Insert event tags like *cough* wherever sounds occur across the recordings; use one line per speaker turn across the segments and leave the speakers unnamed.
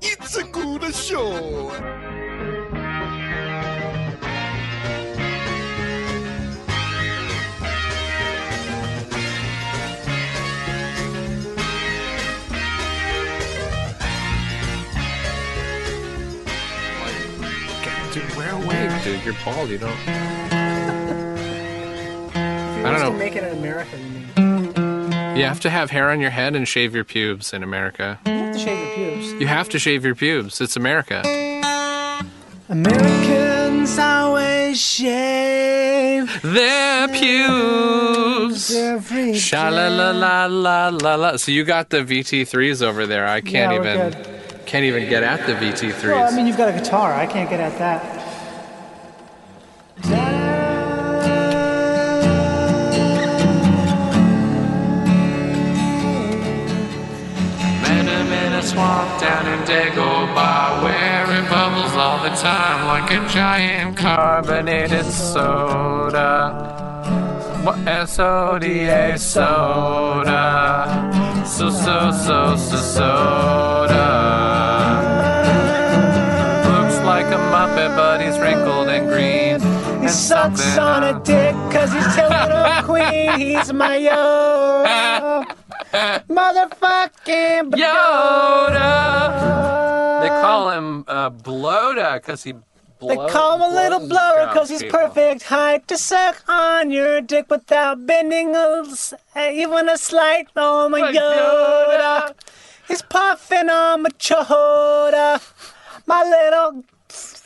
It's a good show.
Dude, wear a wig, dude. You're bald. You don't.
If you
I don't
want to
know.
make it in America, you mean?
You have to have hair on your head and shave your pubes in America.
You have to shave your pubes.
You have to shave your pubes. It's America.
Americans always shave
Their pubes.
every
Sha la la la la la la. So you got the VT3s over there. I can't
Yeah, we're
even can't even get at the VT3s.
Well, I mean, you've got a guitar. I can't get at that.
Man, I'm in a swamp down in Dagobah where it bubbles all the time like a giant carbonated soda. What S-O-D-A soda. So, so, so, so, soda. Looks like a Muppet, but he's wrinkled and green.
He
and
sucks
something
on a dick because he's telling
*laughs*
a queen he's my yo. Motherfucking b-
Yoda. They call him uh, Bloda because he.
They
blow-
call him a little
blows
blower
up
because he's
people.
perfect height to suck on your dick without bending a, s- even a slight. Oh my
Like
Yoda. He's puffing on my chota. My little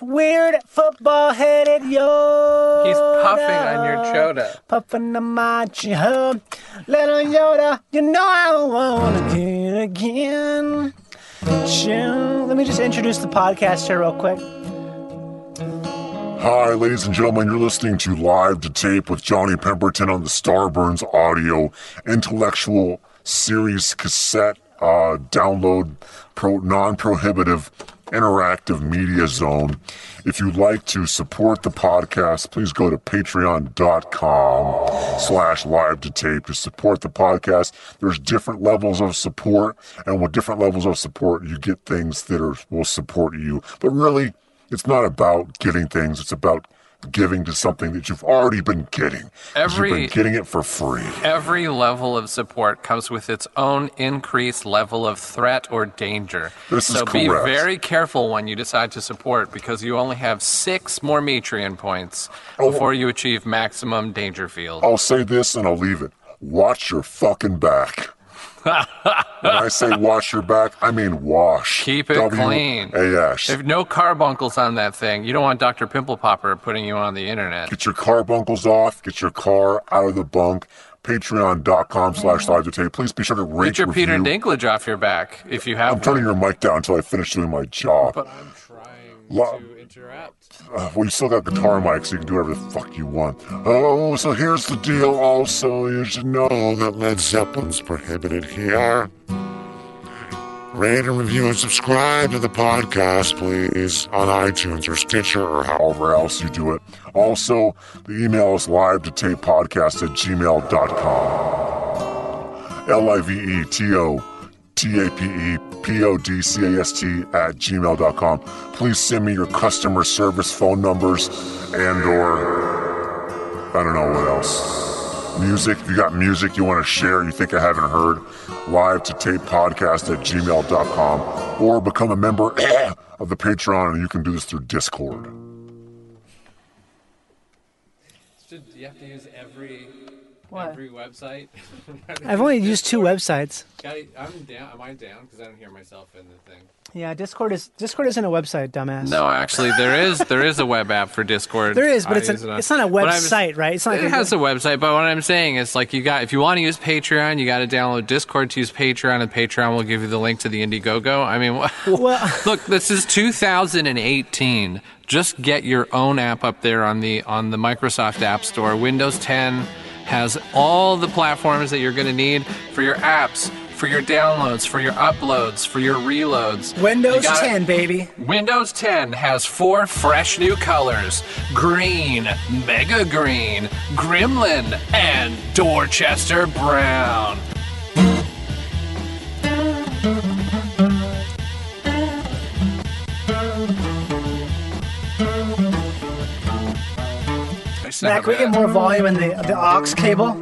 weird football headed Yoda.
He's puffing on your choda.
Puffing on my chota. Little Yoda, you know I want to get again. Shoo. Let me just introduce the podcast here real quick.
Hi, ladies and gentlemen. You're listening to Live to Tape with Johnny Pemberton on the Starburns Audio Intellectual Series Cassette uh, Download pro, Non Prohibitive Interactive Media Zone. If you'd like to support the podcast, please go to patreon.com slash live to tape to support the podcast. There's different levels of support, and with different levels of support, you get things that are will support you. But really, it's not about getting things. It's about giving to something that you've already been getting. 'Cause you've
Every-
been getting it for free.
Every level of support comes with its own increased level of threat or danger.
This is
so be
correct.
very careful when you decide to support because you only have six more Metrian points
Oh.
before you achieve maximum danger field.
I'll say this and I'll leave it. Watch your
*laughs*
fucking back. when I say wash your back, I mean wash.
Keep it clean.
A-S.
If no carbuncles on that thing, you don't want Dr. Pimple Popper putting you on the internet.
Get your carbuncles off. Get your car out of the bunk. Patreon.com slash live to tape. Please be sure to rate
Get your
review.
Peter Dinklage off your back if you
I'm
have
turning your mic down until I finish doing my job.
But I'm trying
Lo-
to interrupt.
Uh, well, you still got guitar mics, you can do whatever the fuck you want. Oh, so here's the deal. Also, you should know that Led Zeppelin's prohibited here. Rate and review and subscribe to the podcast, please, on iTunes or Stitcher or however else you do it. Also, the email is live to tape podcast at gmail.com. L I V E T O T A P E P O D C A S T at gmail.com. Please send me your customer service phone numbers and or I don't know what else. Music, if you got music you want to share you think I haven't heard, live to tape podcast at gmail.com or become a member *coughs* of the Patreon and you can do this through Discord.
you have to use every
What?
every website? *laughs*
I've only used two websites.
I, am down. Am I down? Because I don't hear myself in the thing.
Yeah, Discord is Discord isn't a website, dumbass.
No, actually, there is there is a web app for Discord.
There is, but
I
it's,
use
an,
it on-
it's not a
But I'm-
website, right? It's not.
It
like
has a website, but what I'm saying is like you got if you want to use Patreon, you got to download Discord to use Patreon, and Patreon will give you the link to the Indiegogo. I mean, *laughs* wha-
*laughs* Well-
look, this is 2018. Just get your own app up there on the on the Microsoft App Store. Windows 10 has all the platforms that you're going to need for your apps, for your downloads, for your uploads, for your reloads. You
Windows
gotta-
10, baby.
Windows 10 has four fresh new colors green, mega green, gremlin, and Dorchester brown. Some
Mac,
of
can we
that.
get more volume in the the aux cable?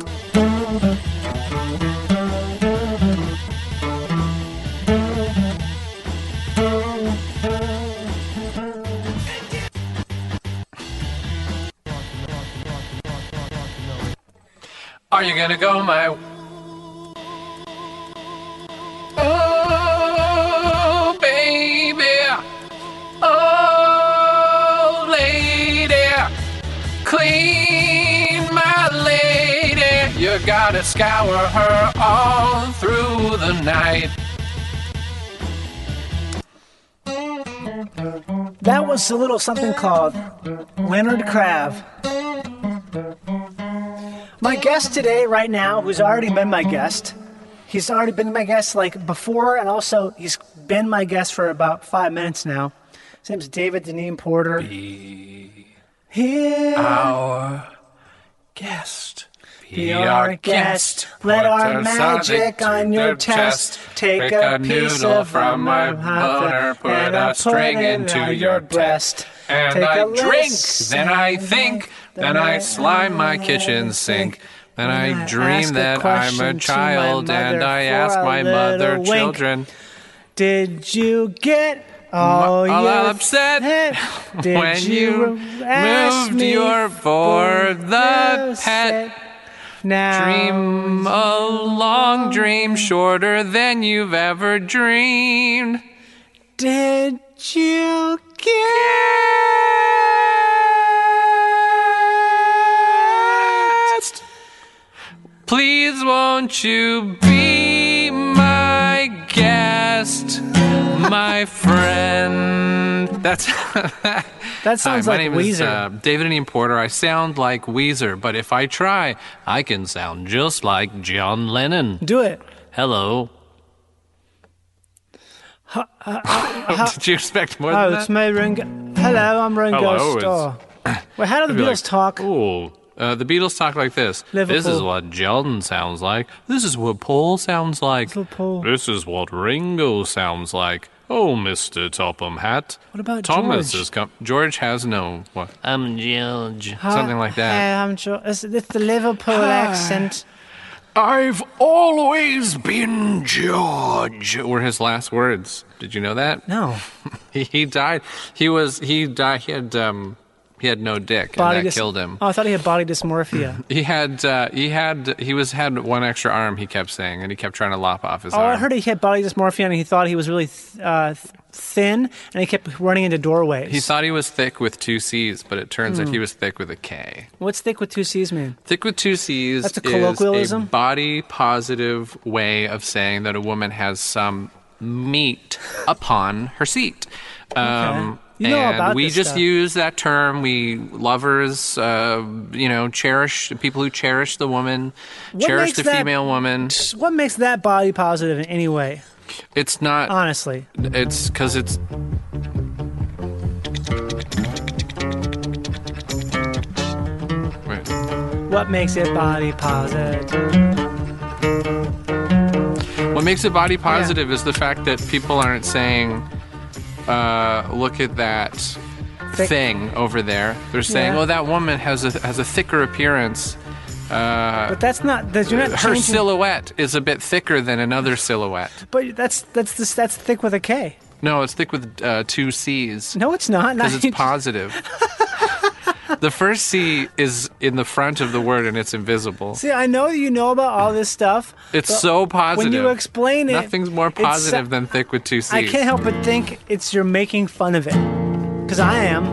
Are you gonna go my? Oh, baby. Oh, lady. Clean my lady. You gotta scour her all through the night.
That was a little something called Leonard Crab. My guest today, right now, who's already been my guest, he's already been my guest like before, and also he's been my guest for about five minutes now. His name's David Deneen Porter. Here
Our guest.
be our guest. Let our
Put a
magic
sonic to
on your
the
chest. Take
Pick
a,
a
piece
noodle
of
from my
hot dog
boner. Put
and
a
I'll
string
it
into
on
your
breast.
And
Take
I
a
drink,
listen.
then I think, then I slime my kitchen sink. Then I
I
dream
ask a
that I'm
question to
a
my
child and
mother
I
for
ask
a
my mother
little wink.
children.
Did you get all,
all
your
upset *laughs*
pet? Did
when you
ask
moved
me
your for the pet?
Now
Dream a long dream shorter than you've ever dreamed.
Did you
Guest, please won't you be my guest, my friend? That's. *laughs*
That sounds
Hi, my
like
name is
Weezer.
uh, David Ian Porter. I sound like Weezer, but if I try, I can sound just like John Lennon.
do it?
Hello.
uh,
*laughs* Did you expect more
Oh,
than
it's
that?
me, Ringo. Hello, I'm Ringo
Hello,
Starr.
*laughs*
Wait, how do the
Be
Beatles
like,
talk?
Ooh. Uh, the Beatles talk like this. This is
Liverpool.
what John sounds like. This is what Paul sounds like.
Liverpool.
This is what Ringo sounds like. Oh, Mr. Topham Hat.
What about
Thomas
George?
is com- George has no what? I'm George.
Hi-
Something like that.
Hey, I'm sure it's, it's the Liverpool accent.
I've always been George. Were his last words. Did you know that?
No,
He, he died. He was he died. He had um he had no dick,
body
and that
dys-
killed him.
Oh, I thought he had body dysmorphia.
He had uh, he had he was had one extra arm. He kept saying, and he kept trying to lop off his
Oh,
arm.
I heard he had body dysmorphia and he thought he was really th- uh, th- thin and he kept running into doorways.
he thought he was thick with two C's, but it turns
Hmm.
out he was thick with a K.
What's thick with two C's mean?
Thick with two C's
That's a
is
colloquialism?
a body positive way of saying that a woman has some meat upon her seat. Um,
You know
and
about
we
this
just
stuff.
use that term. We lovers, uh, you know, cherish people who cherish the woman, cherish
makes
the
that-
female woman.
What makes that body positive in any way?
It's not.
Honestly,
It's because it's. Wait.
what makes it body positive?
What makes it body positive is the fact that people aren't saying, uh, "Look at that
Thick.
thing over there." They're saying,
Yeah.
"Oh, that woman has a has a thicker appearance.
But that's not. That you're not
Her
changing-
silhouette is a bit thicker than another silhouette."
But that's that's this, that's thick with a K.
No, it's thick with uh, two
*laughs*
C's
No, it's not.
because
Not-
it's
*laughs*
positive. the first C is in the front of the word and it's invisible.
See, I know you know about all this stuff.
It's
but
so positive.
When you explain it,
nothing's more
it's so-
positive than thick with two C's.
I can't help but think it's you're making fun of it, because I am.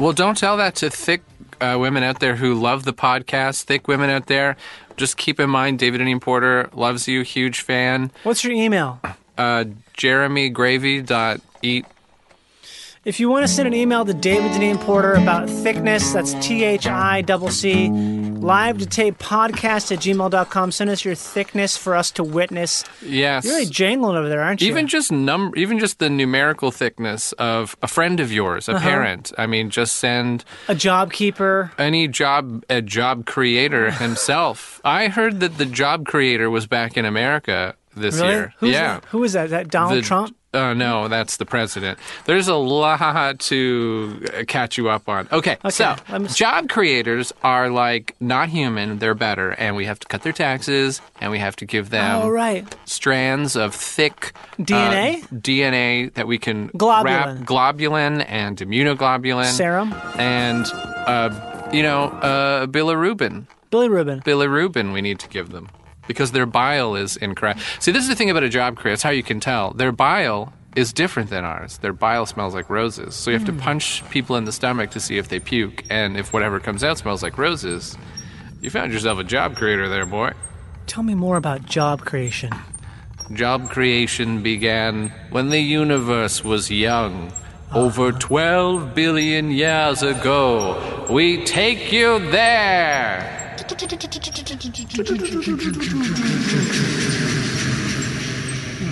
Well, don't tell that to thick uh, women out there who love the podcast. Thick women out there, just keep in mind David and Ian Porter loves you, huge fan.
What's your email?
Uh, Jeremy Gravy dot E, eat.
If you want to send an email to David Deneen Porter about thickness, that's T H I double C, live to tape podcast at gmail.com. Send us your thickness for us to witness.
Yes.
You're really jangling over there, aren't you?
even just num, even just the numerical thickness of a friend of yours, a
Uh-huh.
parent. I mean, just send
a job keeper.
any job a job
*sighs*
creator himself. I heard that the job creator was back in America this
Really?
year.
Who's
yeah,
That? Who is that? Is that Donald
The-
Trump?
Oh no, that's the president. There's a lot to uh, catch you up on. Okay, so
let me-
job creators are like not human; they're better, and we have to cut their taxes, and we have to give them
All Oh, right.
strands of thick uh,
DNA?
DNA that we can
Globulin.
wrap globulin and immunoglobulin
Serum?
and uh, you know uh, bilirubin.
Billy Rubin.
Bilirubin we need to give them because their bile is incorrect. See, this is the thing about a job career. It's how you can tell. Their bile is different than ours. Their bile smells like roses. So you have to punch people in the stomach to see if they puke. And if whatever comes out smells like roses, you found yourself a job creator there, boy.
Tell me more about job creation.
Job creation began when the universe was young. Over 12 billion years ago, we take you there.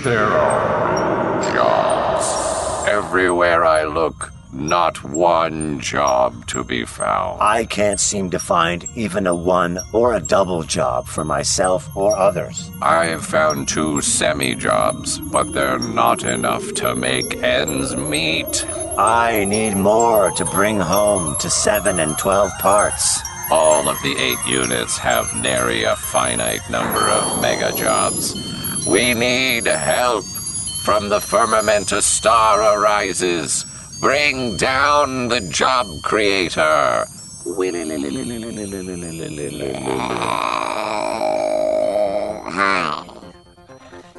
There are jobs. Everywhere I look, not one job to be found.
I can't seem to find even a one or a double job for myself or others.
I have found two semi jobs, but they're not enough to make ends meet.
I need more to bring home to 7 and 12 parts.
All of the eight units have nary a finite number of mega jobs. We need help. From the firmament a star arises. Bring down the job creator.
Hi.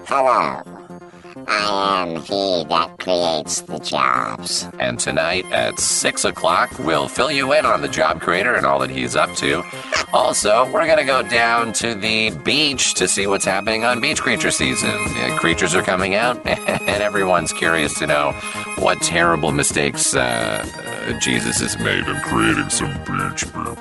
Hello. I am he that creates the jobs.
And tonight at 6 o'clock, we'll fill you in on the job creator and all that he's up to. Also, we're going to go down to the beach to see what's happening on beach creature season. Uh, creatures are coming out, *laughs* and everyone's curious to know what terrible mistakes uh, uh, Jesus has made in creating some beach people.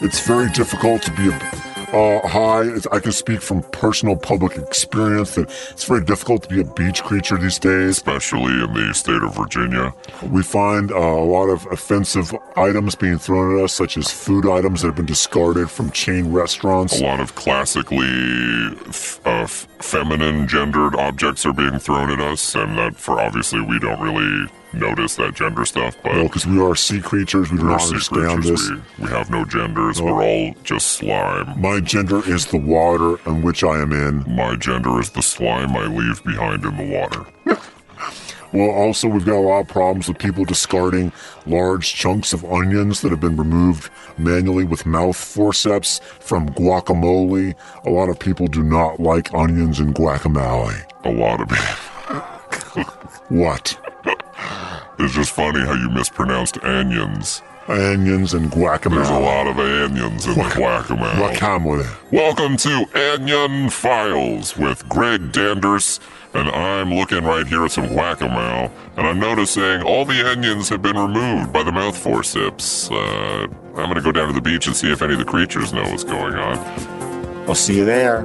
It's very difficult to be a. Uh, hi, it's, I can speak from personal public experience that it's very difficult to be a beach creature these days, especially in the state of Virginia. We find uh, a lot of offensive items being thrown at us, such as food items that have been discarded from chain restaurants.
A lot of classically f- uh, f- feminine gendered objects are being thrown at us, and that for obviously we don't really notice that gender stuff, but
No, because we are sea creatures, we do
we're
not
sea
understand
creatures,
this.
We, we have no genders, we're all just slime.
My gender is the water in which I am in.
My gender is the slime I leave behind in the water.
*laughs* Well, also, we've got a lot of problems with people discarding large chunks of onions that have been removed manually with mouth forceps from guacamole. A lot of people do not like onions in guacamole.
A lot of it.
What?
*laughs* It's just funny how you mispronounced onions.
Onions and
There's a
guacamole.
lot of onions in the guacamole.
Guacamole.
Welcome to Onion Files with Greg Danders, and I'm looking right here at some whack-a-mole, and I'm noticing all the onions have been removed by the mouth forceps. Uh, I'm gonna go down to the beach and see if any of the creatures know what's going on.
We'll see you there.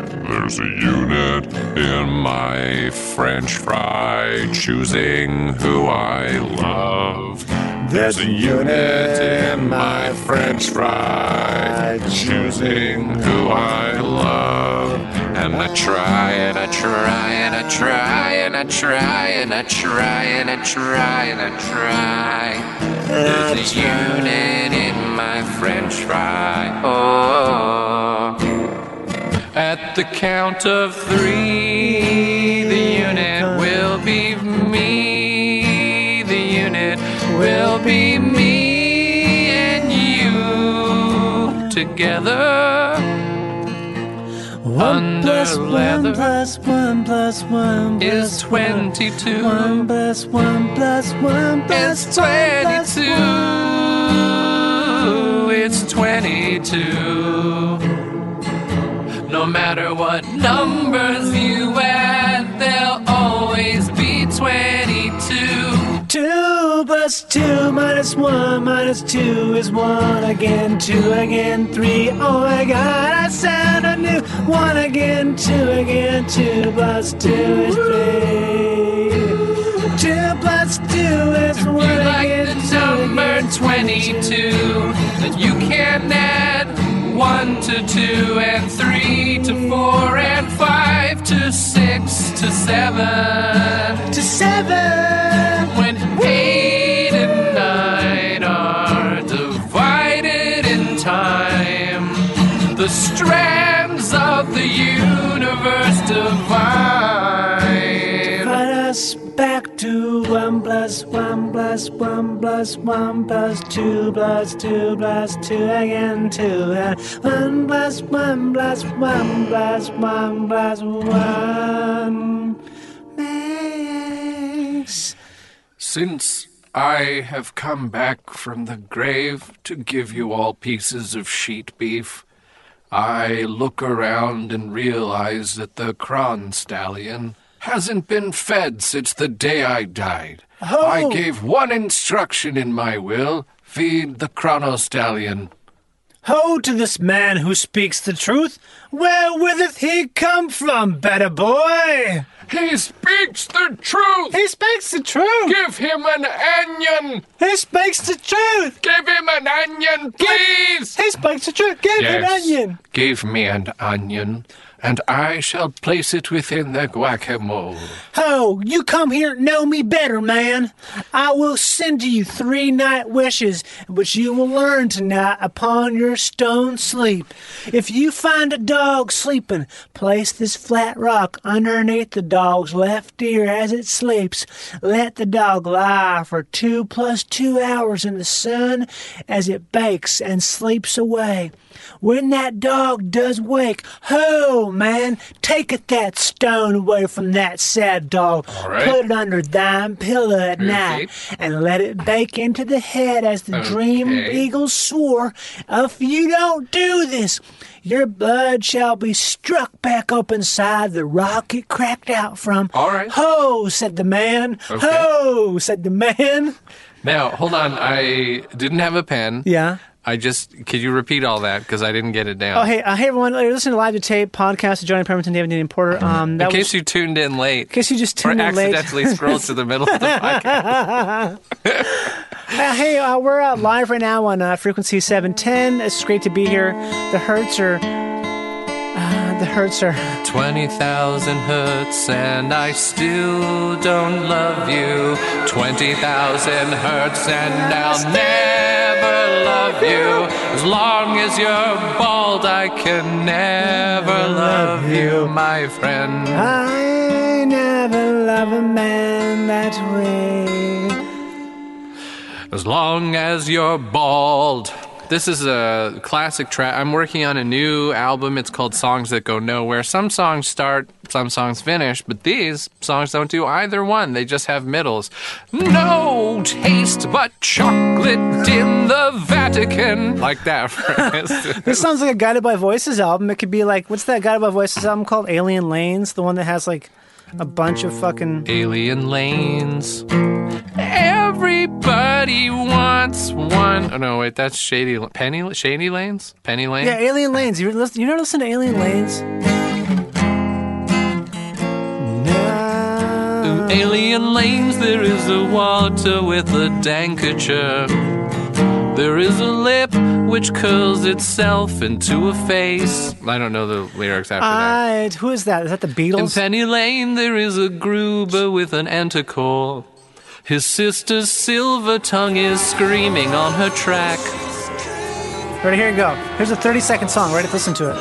There's a
unit in my french fry choosing who I love. There's a unit in my french fry choosing who I love. And I try and I try and I try and I try and I try and I try and I try. There's a unit in my french fry. Oh. At the count of three, the unit will be me. The unit will be me and you together.
One plus
Under
one
leather.
plus one plus one
Is
plus one.
22.
One plus one plus one plus
It's
one plus
22.
one.
It's 22. No matter what numbers you add, there'll always be 22.
Two plus two minus one minus two is one again. Two again. Three. Oh my God! I sound a new one again. Two again. Two plus two is three. Two plus two is one
You and 22. Then you can add 1 to 2 and 3 to 4 and 5 to 6 to 7 to 7. When 8 and 9 are divided in time, the strands of the universe divide.
Let us back to one plus one plus one plus one plus two plus two plus two again two and one plus one plus one plus one plus one makes.
Since I have come back from the grave to give you all pieces of sheet beef, I look around and realize that the Kron stallion hasn't been fed since the day I died. I gave one instruction in my will feed the Chrono stallion.
Ho to this man who speaks the truth. Where witheth he come from, better boy?
He speaks the truth!
He speaks the truth.
Give him an onion!
He speaks the truth.
Give him an onion, please!
He speaks the truth. Give him onion.
Give me an onion, and I shall place it within the guacamole.
Ho, Oh, you come here, know me better, man. I will send to you three night wishes, which you will learn tonight upon your stone sleep. If you find a dog sleeping, place this flat rock underneath the dog's left ear as it sleeps. Let the dog lie for two plus two hours in the sun as it bakes and sleeps away. When that dog does wake, ho, man, taketh that stone away from that sad dog.
right.
Put it under thine pillow at night
feet.
and let it bake into the head as the dream
Okay.
eagle swore. If you don't do this, your blood shall be struck back up inside the rock it cracked out from.
All right.
Ho, said the man.
Okay.
Ho, said the man.
Now, hold on. I didn't have a pen.
Yeah.
I just, could you repeat all that? Because I didn't get it down.
Oh, hey, uh, hey everyone. You're listening to Live to Tape podcast with Johnny Pemberton, David Dean Porter. Um, that
Mm-hmm. In
was,
case you tuned in late. In
case you just tuned
or
in late.
accidentally scrolled to the middle of
*laughs*
the podcast.
Uh, hey, uh, we're uh, live right now on uh, frequency 710. It's great to be here. The Hertz are. Uh, the Hertz are.
20,000 hertz and I still don't love you. 20,000 hertz and I'll never love you. As long as you're bald, I can never love you, my friend.
I never love a man that way.
As long as you're bald. This is a classic track. I'm working on a new album. It's called Songs That Go Nowhere. Some songs start, some songs finish, but these songs don't do either one. They just have middles. No taste but chocolate in the Vatican. Like that, *laughs* for instance.
This sounds like a Guided by Voices album. It could be like, what's that Guided by Voices album called? Alien Lanes? The one that has like a bunch of fucking.
Alien lanes. Everybody wants one. Oh, no, wait, that's Shady Penny Shady Lanes? Penny Lane?
Yeah, Alien Lanes. You listen, you never listen to Alien Lanes?
Through alien lanes, there is a water with a dankature. There is a lip which curls itself into a face. I don't know the lyrics after that.
I, who is that? Is that the
In
Beatles?
Penny Lane, there is a Gruber with an anticore. His sister's silver tongue is screaming on her track.
Right here you go. Here's a 30 second song. Ready? Listen to it.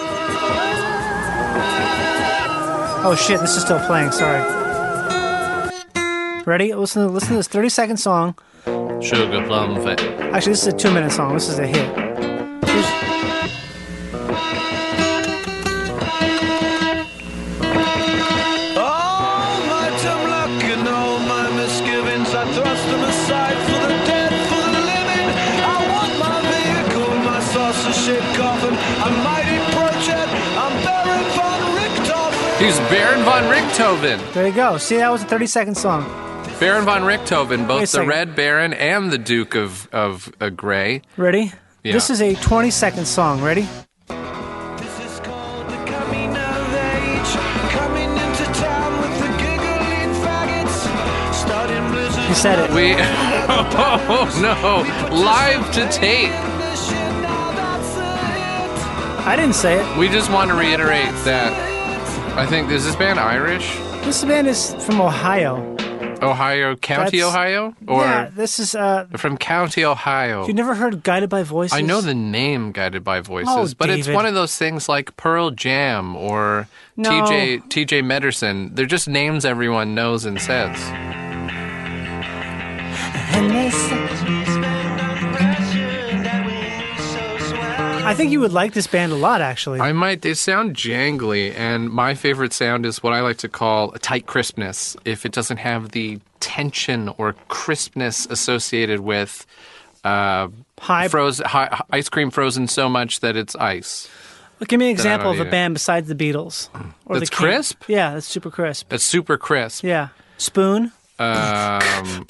Oh shit! This is still playing. Sorry. Ready? Listen. To, listen to this 30 second song.
Sugar plum fa-
Actually, this is a two minute song. This is a hit. Here's-
All my luck and all my misgivings, I thrust them aside for the dead, for the living. I want my vehicle, my saucer-shaped coffin. I might approach it. I'm Baron von Richthofen.
He's Baron von Richthofen.
There you go. See, that was a 30 second song.
Baron von Richthofen,
Wait a
both the
second.
Red Baron and the Duke of, of uh, Grey.
Ready?
Yeah.
This is a 20 second song. Ready?
This is called the coming of age, coming into town with the giggling faggots, starting blizzards.
He said it.
We, *laughs* oh no, live to tape.
I didn't say it.
We just want to reiterate that I think is this band Irish,
This band is from Ohio.
Ohio, County
That's-
Ohio, or
yeah, this is. uh
from County Ohio.
You never heard "Guided by Voices"?
I know the name Guided by Voices,
Oh,
but it's
David.
one of those things like Pearl Jam or
No.
TJ TJ Mederson. They're just names everyone knows and says.
I think you would like this band a lot, actually.
I might they sound jangly and my favorite sound is what I like to call a tight crispness if it doesn't have the tension or crispness associated with uh
High.
froze hi, ice cream frozen so much that it's ice.
Give me an example
don't
of a
need it.
band besides the Beatles. Or
That's
the Kinks.
crisp?
Yeah, that's super crisp.
It's super crisp.
Yeah. Spoon. *laughs*
Um,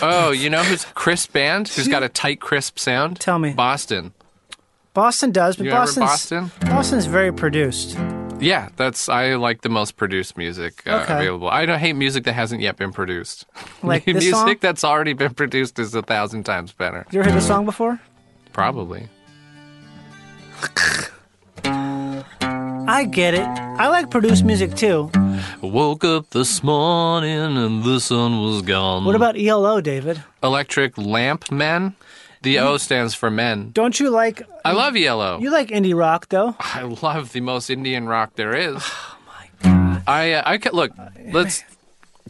oh, you know who's a crisp band? Who's
*laughs*
got a tight crisp sound?
Tell me.
Boston.
Boston does, but
You ever
Boston's
Boston?
Boston's very produced.
Yeah, that's I like the most produced music uh,
Okay.
available. I don't hate music that hasn't yet been produced. *laughs*
Like this
music
song?
that's already been produced is a thousand times better.
You ever heard this song before?
Probably.
I get it. I like produced music too.
Woke up this morning and the sun was gone.
What about ELO, David?
Electric Lamp Men? The O stands for men.
Don't you like
I love yellow.
Mm-hmm. you like indie rock though?
*laughs* I love the most Indian rock there is. Oh my god. I uh, I ca- look. Let's.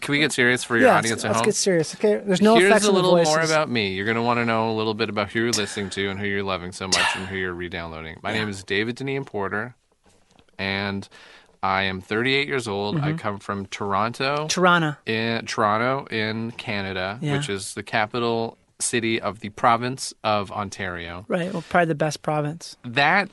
Can we get serious for your
yeah,
audience
let's,
at
let's
home?
get serious. Okay, there's no
Here's
effects
a
on the
little
voices.
more about me. You're going to want to know a little bit about who you're listening to and who you're loving so much and who you're re-downloading. My name is David Deneen Porter, and I am 38 years old.
Mm-hmm.
I come from Toronto,
Toronto.
in Toronto in Canada,
Yeah.
which is the capital city of the province of Ontario
Right, well, probably the best province.
that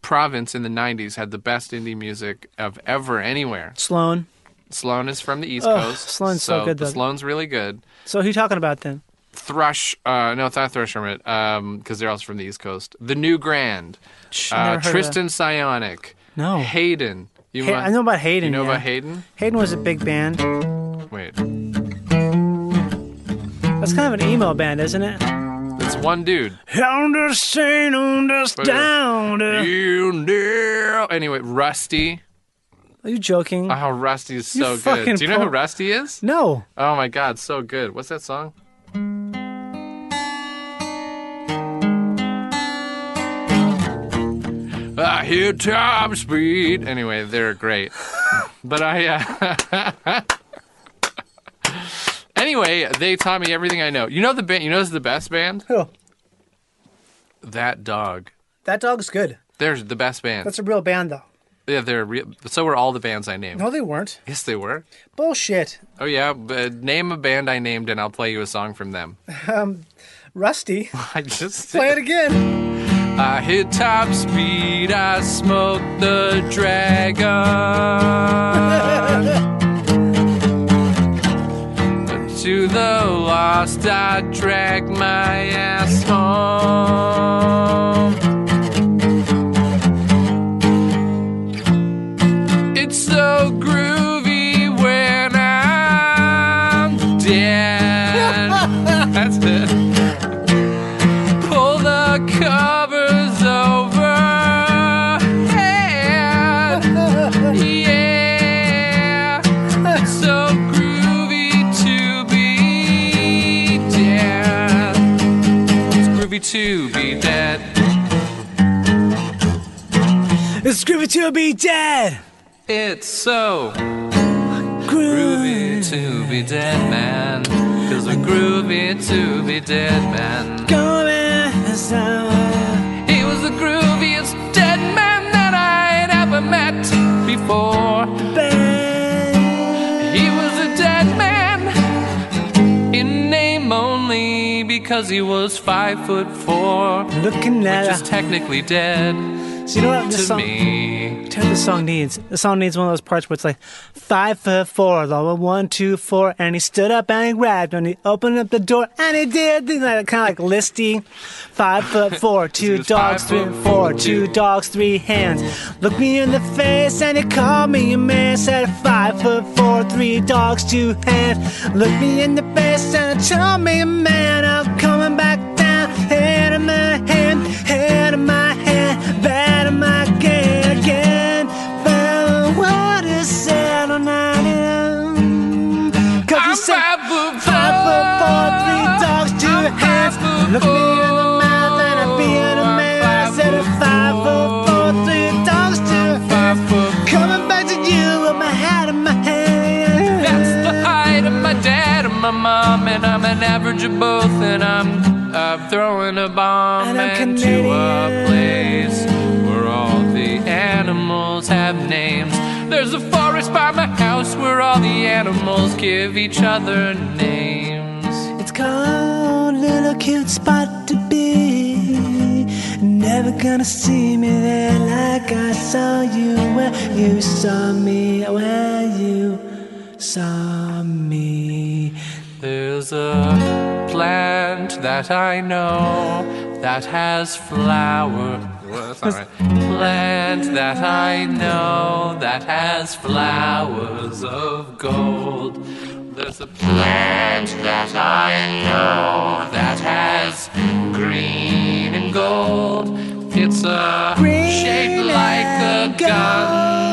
province in the 90s had the best indie music of ever anywhere.
Sloan.
Sloan is from the East
Ugh,
Coast.
Sloan's so good,
the
though.
Sloan's really good.
So who you talking about then?
Thrush, uh, no, it's not Thrush Hermit, because they're also from the East Coast. The New Grand,
Shh, I
uh,
never heard of that.
Tristan Sionic,
No.
Hayden. You
Hey,
mu-
I know about Hayden.
You know
yeah.
about Hayden?
Hayden was a big band.
Wait,
That's kind of an emo band, isn't it?
it's one dude.
Understand, understand. Are
You know. Anyway, Rusty.
you joking?
Oh, Rusty is
You
so
fucking
good. Do you know who
po-
Rusty is?
no.
Oh my God, so good. What's that song? I hear top speed. Anyway, they're
*laughs*
great. But I. Uh, anyway, they taught me everything I know. You know the band. You know who's the best band?
Who?
That dog.
Oh, That dog's good.
They're the best band.
That's a real band, though.
yeah, they're real. So were all the bands I named.
No, they weren't.
Yes, they were.
Bullshit.
Oh yeah, but name a band I named and I'll play you a song from them.
Um, Rusty.
*laughs*
*laughs*
I just
Play it again. *laughs*
I hit top speed, I smoke the
*laughs*
dragon. to the lost, I drag my ass home. It's so groovy when I'm dead. *laughs* That's it pull the covers over. And yeah, so groovy to be dead. It's groovy to be dead.
It's groovy to be dead.
It's so
Groovy.
groovy to be dead, man. Cause we're groovy to be dead, man.
Going
He was the grooviest dead man that I'd ever met before. He was a dead man in name only because he was five foot four,
Looking
which
at
is
a
technically dead.
So you know what this
to
song?
me.
Tell this song needs. The song needs one of those parts where it's like five foot four, lower one two four, and he stood up and he grabbed and he opened up the door and he did the like, kind of like listy. Five foot four, two
was
dogs,
five
three
foot
four,
four,
two
two-
dogs, three hands. Look me in the face and he called me a man. Said five foot four, three dogs, two hands. Look me in the face and he told me a man. I'm coming back down, head in my hand, head in my hand, bad in my again, again. But what is said on that end? Cause you
I'm
said
five foot
five foot
four.
four, three dogs, two
I'm five
hands.
foot
Look me in the
four.
mouth and I be in the
I'm
man. I
five
said
foot
five foot four,
four.
three dogs, two
Five
hands.
foot
Coming back to you with my hat in my hand.
That's the height of my dad and my mom, and I'm an average of both, and I'm uh, throwing a bomb
And I'm
into a
Canadian.
place where all the animals have names. There's a forest by my house where all the animals give each other names.
It's called little cute spot to be. Never gonna see me there like I saw you where you saw me, where you saw me.
There's a plant that I know that has flower. Well, that's not right. Plant that I know that has flowers of gold. There's a plant that I know that has green and gold. It's a
Green
shape like a
and
gun,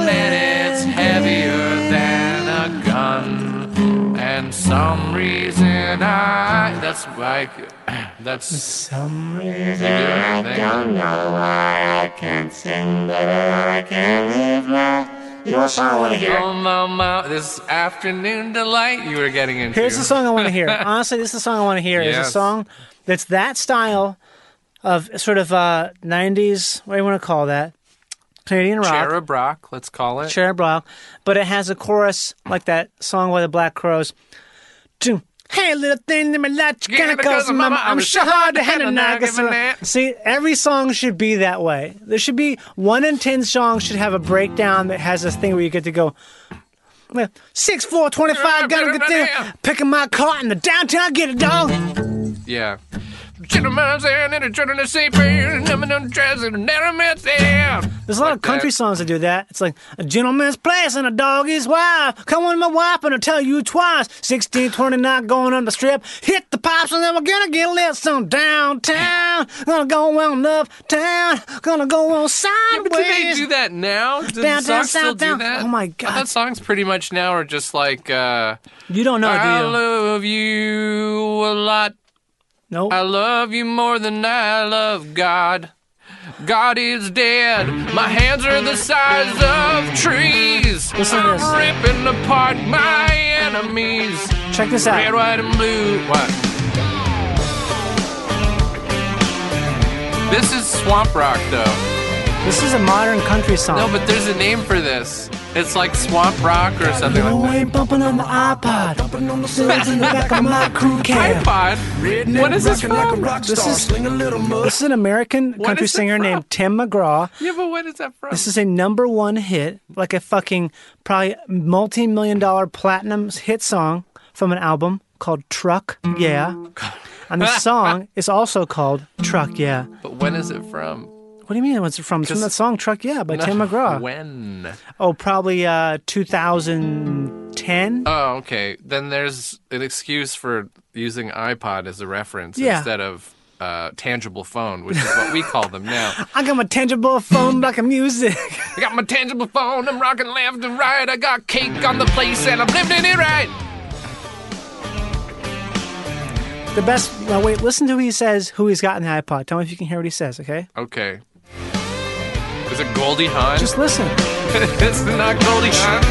gold.
and it's heavier than a gun. And some reason I. That's like. That's.
Some
I
Don't know why I can't sing, but I can live now. You also want to hear
Oh, my, my, this afternoon delight you were getting into.
Here's the song I want to
*laughs*
hear. Honestly, this is the song I want to hear. It's a
Yes.
song that's that style of sort of uh, 90s, what do you want to call that? Canadian rock.
Cherub Rock, let's call it.
Cherub Rock, but it has a chorus like that song by the Black Crows. Choo. Hey, little thing that my light, you
Yeah,
gonna
because
cause
of
mama.
mama,
I'm
I'm
sure hard to handle
and I
now. 'cause
give a
I'm-
nat.
See, every song should be that way. There should be one in ten songs should have a breakdown that has this thing where you get to go. Six, four, 25, gotta get there. Picking my cotton in the downtown, get a dog.
Yeah. Gentlemen, and a children to see, and I'm no dress and a there.
There's a lot
Like
of country
that.
songs that do that. It's like a gentleman's place and a dog is wife. Come on, my wife, and I'll tell you twice. 1629 going on the strip. Hit the pipes and then we're gonna get lit some downtown. Gonna go on uptown. Gonna go on
But *laughs* do they
sideways.
do that now? Do
Down,
the
down,
songs still
down, down.
do that?
Oh my
I
God.
thought songs pretty much now are just like, uh,
you don't know,
I
do you?
love you a lot.
No.
I love you more than I love God. God is dead. My hands are the size of trees.
Listen to
I'm
this.
ripping apart my enemies.
Check this
Red,
out.
white, and blue. What? This is swamp rock, though.
This is a modern country song.
No, but there's a name for this. It's like swamp rock or something
No
like
way bumping on the iPod. Bumping on the sills in the back of my crew
that. *laughs*
cab.
iPod. What is this from?
This is, this is an American country
is it
singer
from?
named Tim McGraw.
Yeah, but what is that from?
This is a number one hit, like a fucking probably multi million dollar platinum hit song from an album called Truck Yeah.
*laughs*
And the song is also called Truck Yeah.
But when is it from?
What do you mean? What's it from? It's from that song Truck Yeah by Tim McGraw.
When?
Oh, probably uh, 2010.
Oh, okay. Then there's an excuse for using iPod as a reference
Yeah.
instead of uh, tangible phone, which is what we call them now.
I got my tangible phone like a music. *laughs*
I got my tangible phone. I'm rocking left and right. I got cake on the place and I'm living it right.
the best. Now, wait, listen to who he says, who he's got in the iPod. Tell me if you can hear what he says, okay?
Okay. Is it Goldie Hawn?
Just listen.
*laughs* it's not Goldie Hawn.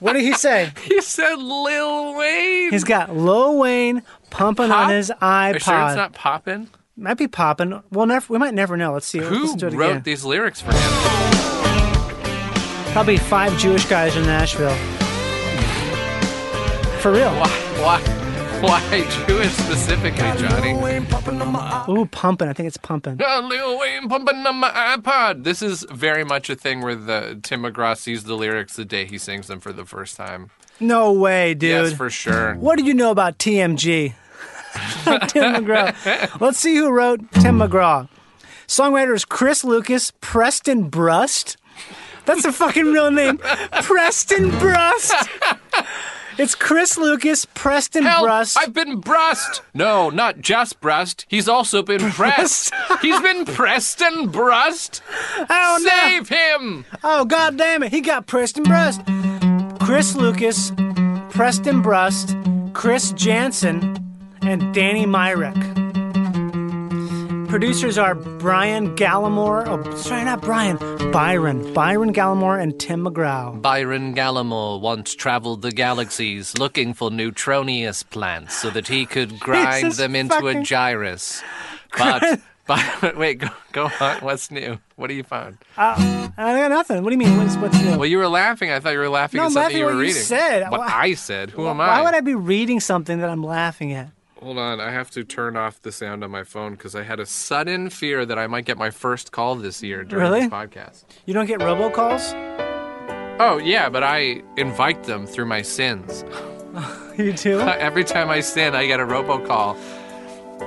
What did he say?
*laughs* He said Lil Wayne.
He's got Lil Wayne pumping on
Pop?
his
Are you sure
iPod.
it's not poppin'?
Might be popping. We'll never. We might never know. Let's see.
Who
Listen to it
wrote
again.
these lyrics for him?
Probably five Jewish guys in Nashville. For real.
Why? Why? Why Jewish specifically, Johnny?
Ooh, pumping. I think it's pumping.
Uh, Lil Wayne pumping on my iPod. This is very much a thing where the Tim McGraw sees the lyrics the day he sings them for the first time.
No way, dude.
Yes, for sure.
What did you know
*laughs*
about TMG? *laughs* Tim McGraw. Let's see who wrote Tim McGraw. Songwriters Chris Lucas, Preston Brust. That's a fucking real name. Preston Brust.
*laughs*
It's Chris Lucas, Preston
Help!
Brust.
I've been brust. No, not just brust. He's also been pressed. He's been pressed and
*laughs*
brust.
oh, no.
Save him!
Oh, god damn it. He got Preston Brust. Chris Lucas, Preston Brust, Chris Jansen, and Danny Myrick. Producers are Brian Gallimore. Oh, sorry, not Brian. Byron. Byron Gallimore and Tim McGraw.
Byron Gallimore once traveled the galaxies looking for neutronius plants so that he
*laughs*
could grind
Jesus
them into a
fucking- *laughs*
gyrus. But, but *laughs* wait, go, go on. What's new? What do you find?
I got nothing. What do you mean? What's, what's new?
Well, you were laughing. I thought you were laughing
No,
at
I'm
something you were
laughing at what you
reading.
said.
What
Why-
I said. Who am I?
Why would I be reading something that I'm laughing at?
Hold on, I have to turn off the sound on my phone because I had a sudden fear that I might get my first call this year during
Really?
this podcast.
You don't get robocalls? *laughs*
Oh yeah, but I invite them through my sins.
You do?
*laughs*
Do
Every time I sin, I get a robocall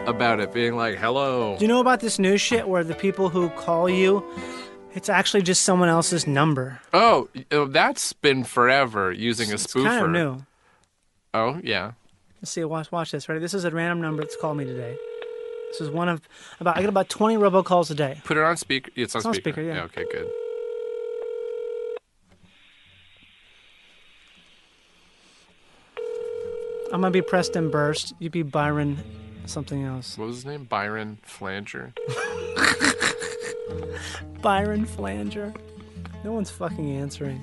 about it being like, "Hello."
you know about this new shit where the people who call you, it's actually just someone else's number?
Oh, oh, that's been forever using a spoofer.
Kind of new.
Oh yeah.
Let's see. Watch, watch this. Ready? This is a random number that's called me today. This is one of about. I get about twenty robocalls a day.
Put it on speaker. It's on,
It's on speaker, yeah.
Okay, good.
I'm gonna be Preston Burst. You be Byron, something else.
What was his name? Byron Flanger.
Byron Flanger. No one's fucking answering.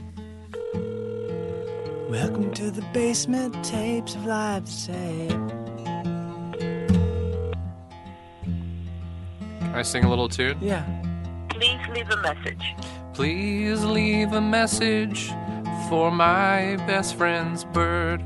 Welcome to the basement tapes of live tape.
Can I sing a little tune?
Yeah.
Please leave a message.
Please leave a message for my best friend's bird.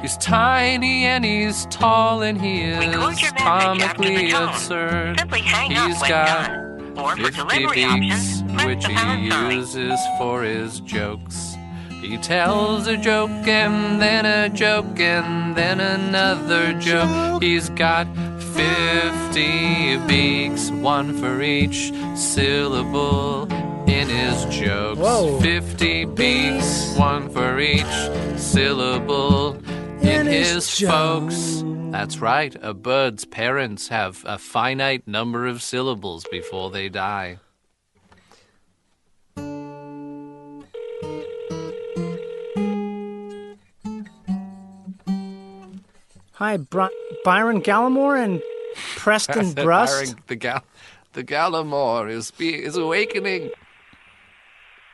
He's tiny and he's tall and he
Record
is
your message after the
comically
tone.
absurd.
Simply hang
He's
up when
got
done. Or for
50
delivery options,
beaks,
press
which
the
he
pound sign.
uses for his jokes. He tells a joke and then a joke and then another joke. He's got 50 beaks, one for each syllable in his jokes.
Whoa.
50 beaks, one for each syllable in
In his
his folks. That's right, a bird's parents have a finite number of syllables before they die. *laughs*
Hi, Bri- Byron Gallimore and
*laughs*
Preston Brust.
Byron- the gal, the Gallimore is be, is awakening.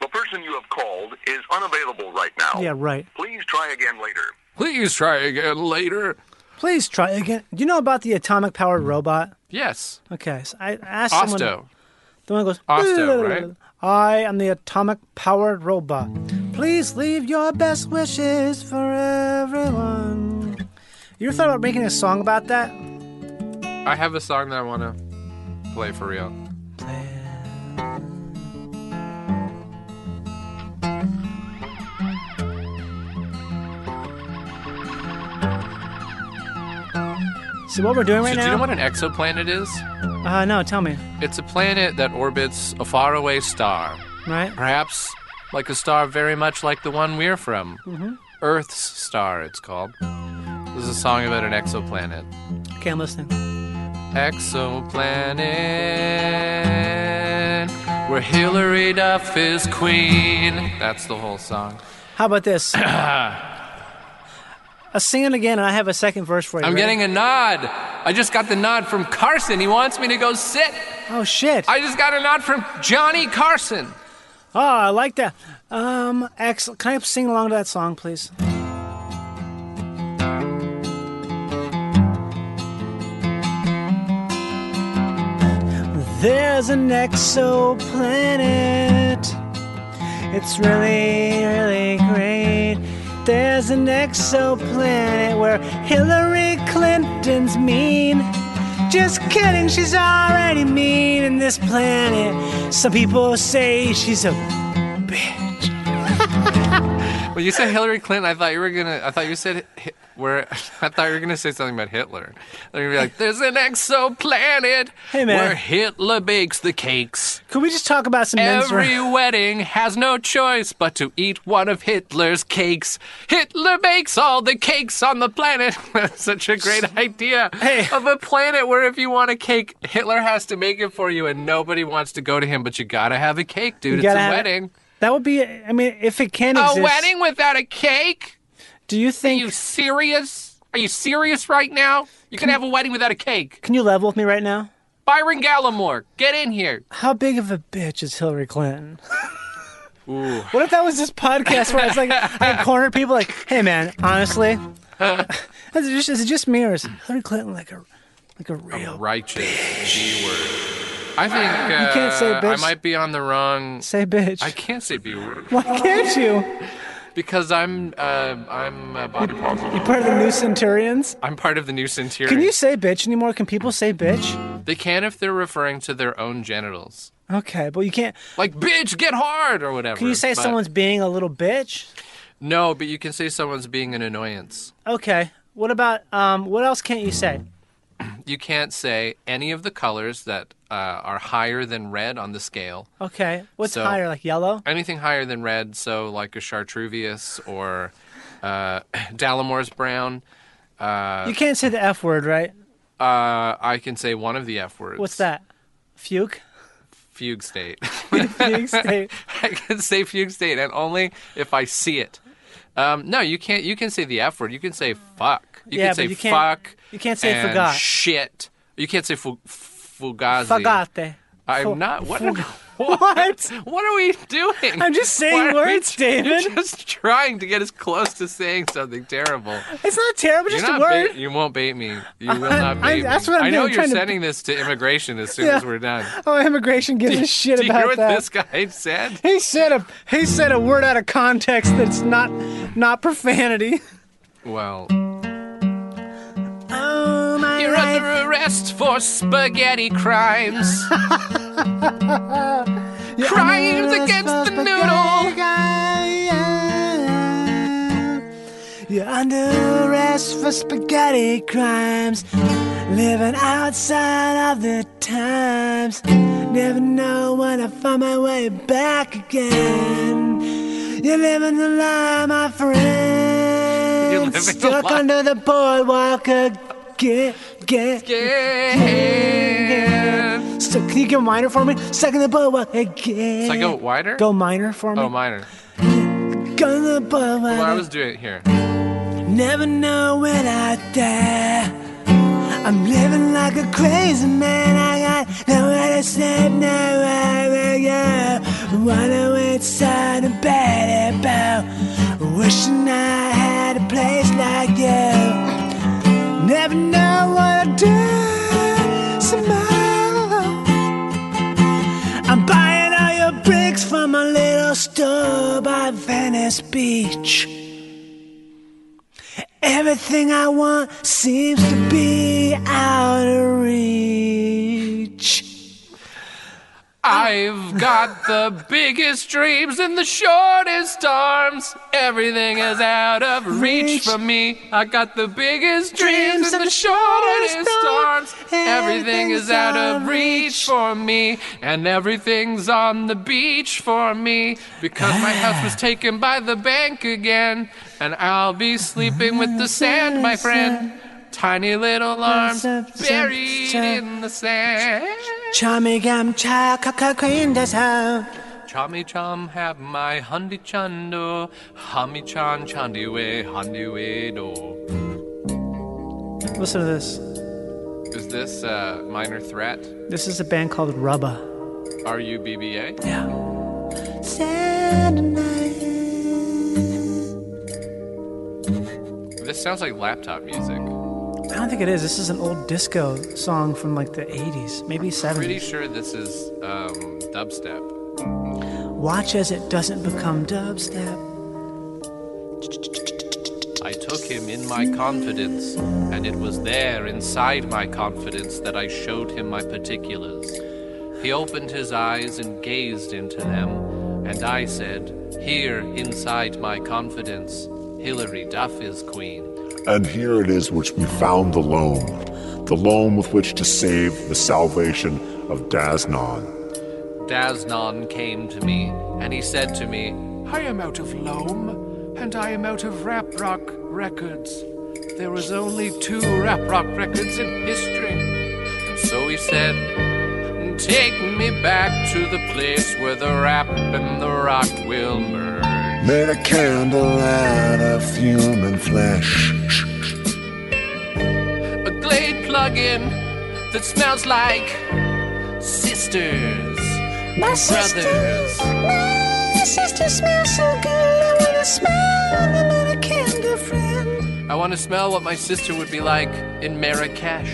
The person you have called is unavailable right now.
Yeah, right.
Please try again later.
Please try again later.
Please try again. Do you know about the atomic powered robot?
Yes,
Okay, so I asked someone.
Osto.
The one goes,
Osto, right?
I am the atomic powered robot. Please leave your best wishes for everyone. You ever thought about making a song about that?
I have a song that I want to play for real.
See what we're doing right
So do
now?
you know what an exoplanet is?
Uh, no, tell me.
It's a planet that orbits a faraway star.
Right?
perhaps like a star very much like the one we're from. Earth's star, it's called. This is a song about an exoplanet.
Okay, I'm listening.
Exoplanet, where Hillary Duff is queen. That's the whole song.
How about
*coughs*
this? I'll sing it again, and I have a second verse for you.
I'm
Ready?
getting a nod. I just got the nod from Carson. He wants me to go sit.
Oh, shit.
I just got a nod from Johnny Carson.
Oh, I like that. Um, ex- can I sing along to that song, please? There's an exoplanet. It's really, really great. there's an exoplanet where Hillary Clinton's mean. Just kidding, she's already mean in this planet. Some people say she's a
When you said Hillary Clinton, I thought you were gonna. I thought you said Hi- where. *laughs* I thought you were gonna say something about Hitler. They're gonna be like, "There's an exoplanet
Hey, man.
where Hitler bakes the cakes.
Could we just talk about some men's
Every wedding has no choice but to eat one of Hitler's cakes. Hitler bakes all the cakes on the planet. *laughs* That's such a great idea
Hey.
of a planet where if you want a cake, Hitler has to make it for you, and nobody wants to go to him. But you gotta have a cake, dude.
You
It's a
gotta have it.
wedding.
That would be. I mean, if it can
A
exist.
wedding without a cake."
Do you think?
Are you serious? Are you serious right now? You're gonna have a wedding without a cake.
Can you level with me right now?
Byron Gallimore, get in here.
How big of a bitch is Hillary Clinton? *laughs* What if that was this podcast where it's like I cornered people like, "Hey man, honestly,
*laughs*
is it just, is it just me or is Hillary Clinton like a like a real?"
Righteous B word. I think uh,
You can't say
I
bitch.
might be on the wrong.
Say bitch.
I can't say B word
Why can't you?
because I'm uh, I'm uh, body
You
positive.
part of the new Centurions?
I'm part of the new Centurion.
Can you say bitch anymore? Can people say bitch?
They can if they're referring to their own genitals,
Okay, but you can't.
like bitch, get hard or whatever.
Can you say
but-
someone's being a little bitch?
No, but you can say someone's being an annoyance.
Okay. What about um? What else can't you say?
Hmm. You can't say any of the colors that uh, are higher than red on the scale.
Okay. What's
So-
higher, like yellow?
anything higher than red, so like a chartreuse or uh, *laughs* Dallamore's brown,
you can't say the F word, right?
uh, I can say one of the F words.
What's that?
*laughs*
Fugue.
Fugue state. *laughs*
Fugue state.
I can say fugue state, and only if I see it. Um, no, you can't. You can say the F word. You can say fuck. You
Yeah,
can
but
say
you can't-
fuck.
you can't say
and
forgot.
Shit. You can't say fu- fugazi.
Fagate.
I'm
Fu-
not. What?
fug-
what?
*laughs* What?
What are we doing? *laughs*
I'm just saying
Why are we
words, David.
Just trying to get as close to saying something terrible.
It's not terrible, just
You're
a
not
word.
bait- you won't bait me. You will
I-
not
I-
bait
that's
me.
what I'm
I know
doing,
you're
trying to-
sending this to immigration as soon
*laughs* Yeah.
as we're done.
Oh, immigration gives a shit
Do you
about
hear what
that.
this guy said?
He said a he said a word out of context that's not not profanity.
Well,
Oh my
you're under arrest for spaghetti
*laughs*
crimes. crimes against the
*laughs*
noodle.
You're under arrest for spaghetti crimes. Living outside of the times. Never know when I find my way back again. You're living the lie, my friend.
You're living the
Stuck
lie.
under the boardwalk again. again.
Yeah.
So can you go minor for me? Second the boardwalk again.
So I go wider?
Go minor for me.
Oh, minor.
Go to the boardwalk.
Well, I was doing it here.
Never know when I die. I'm living like a crazy man. I got nowhere to sleep, nowhere to go. Wanna inside a bed about. Wishing I had a place like you. Never know what I do. Somehow. I'm buying all your bricks from a little store by Venice Beach. Everything I want seems to be out of reach.
I've got the biggest dreams and the shortest arms. Everything is out of reach
Reach.
for me. I got the biggest dreams and the shortest arms. Everything is out of reach for me. And everything's on the beach for me. Because my house *sighs* was taken by the bank again. And I'll be sleeping with the sand, my friend. Tiny little arms buried in the sand.
Chummy gum cha ca ca queen does how.
Chummy chum have my hundi chando, hummy chan chandi way, hundi way do.
Listen to this.
Is this uh, minor threat?
This is a band called Rubba.
R U B B A? This sounds like laptop music.
I don't think it is. This is an old disco song from like the 80s, maybe 70s.
Pretty sure this is um, dubstep.
Watch as it doesn't become dubstep.
him in my confidence, and it was there inside my confidence that I showed him my particulars. He opened his eyes and gazed into them, and I said, Here, inside my confidence, Hilary Duff is queen.
And here it is which we found the loam, the loam with which to save the salvation of Dasnon.
Dasnon came to me, and he said to me, I am out of loam, and I am out of rap rock records. There was only two rap rock records in history. And so he said, Take me back to the place where the rap and the rock will merge.
Made a candle out of human flesh.
A Glade plug-in that smells like sisters,
My sister-
brothers.
My sister smells so good, I wanna smile on the mannequin, dear friend.
I want to smell what my sister would be like in Marrakesh.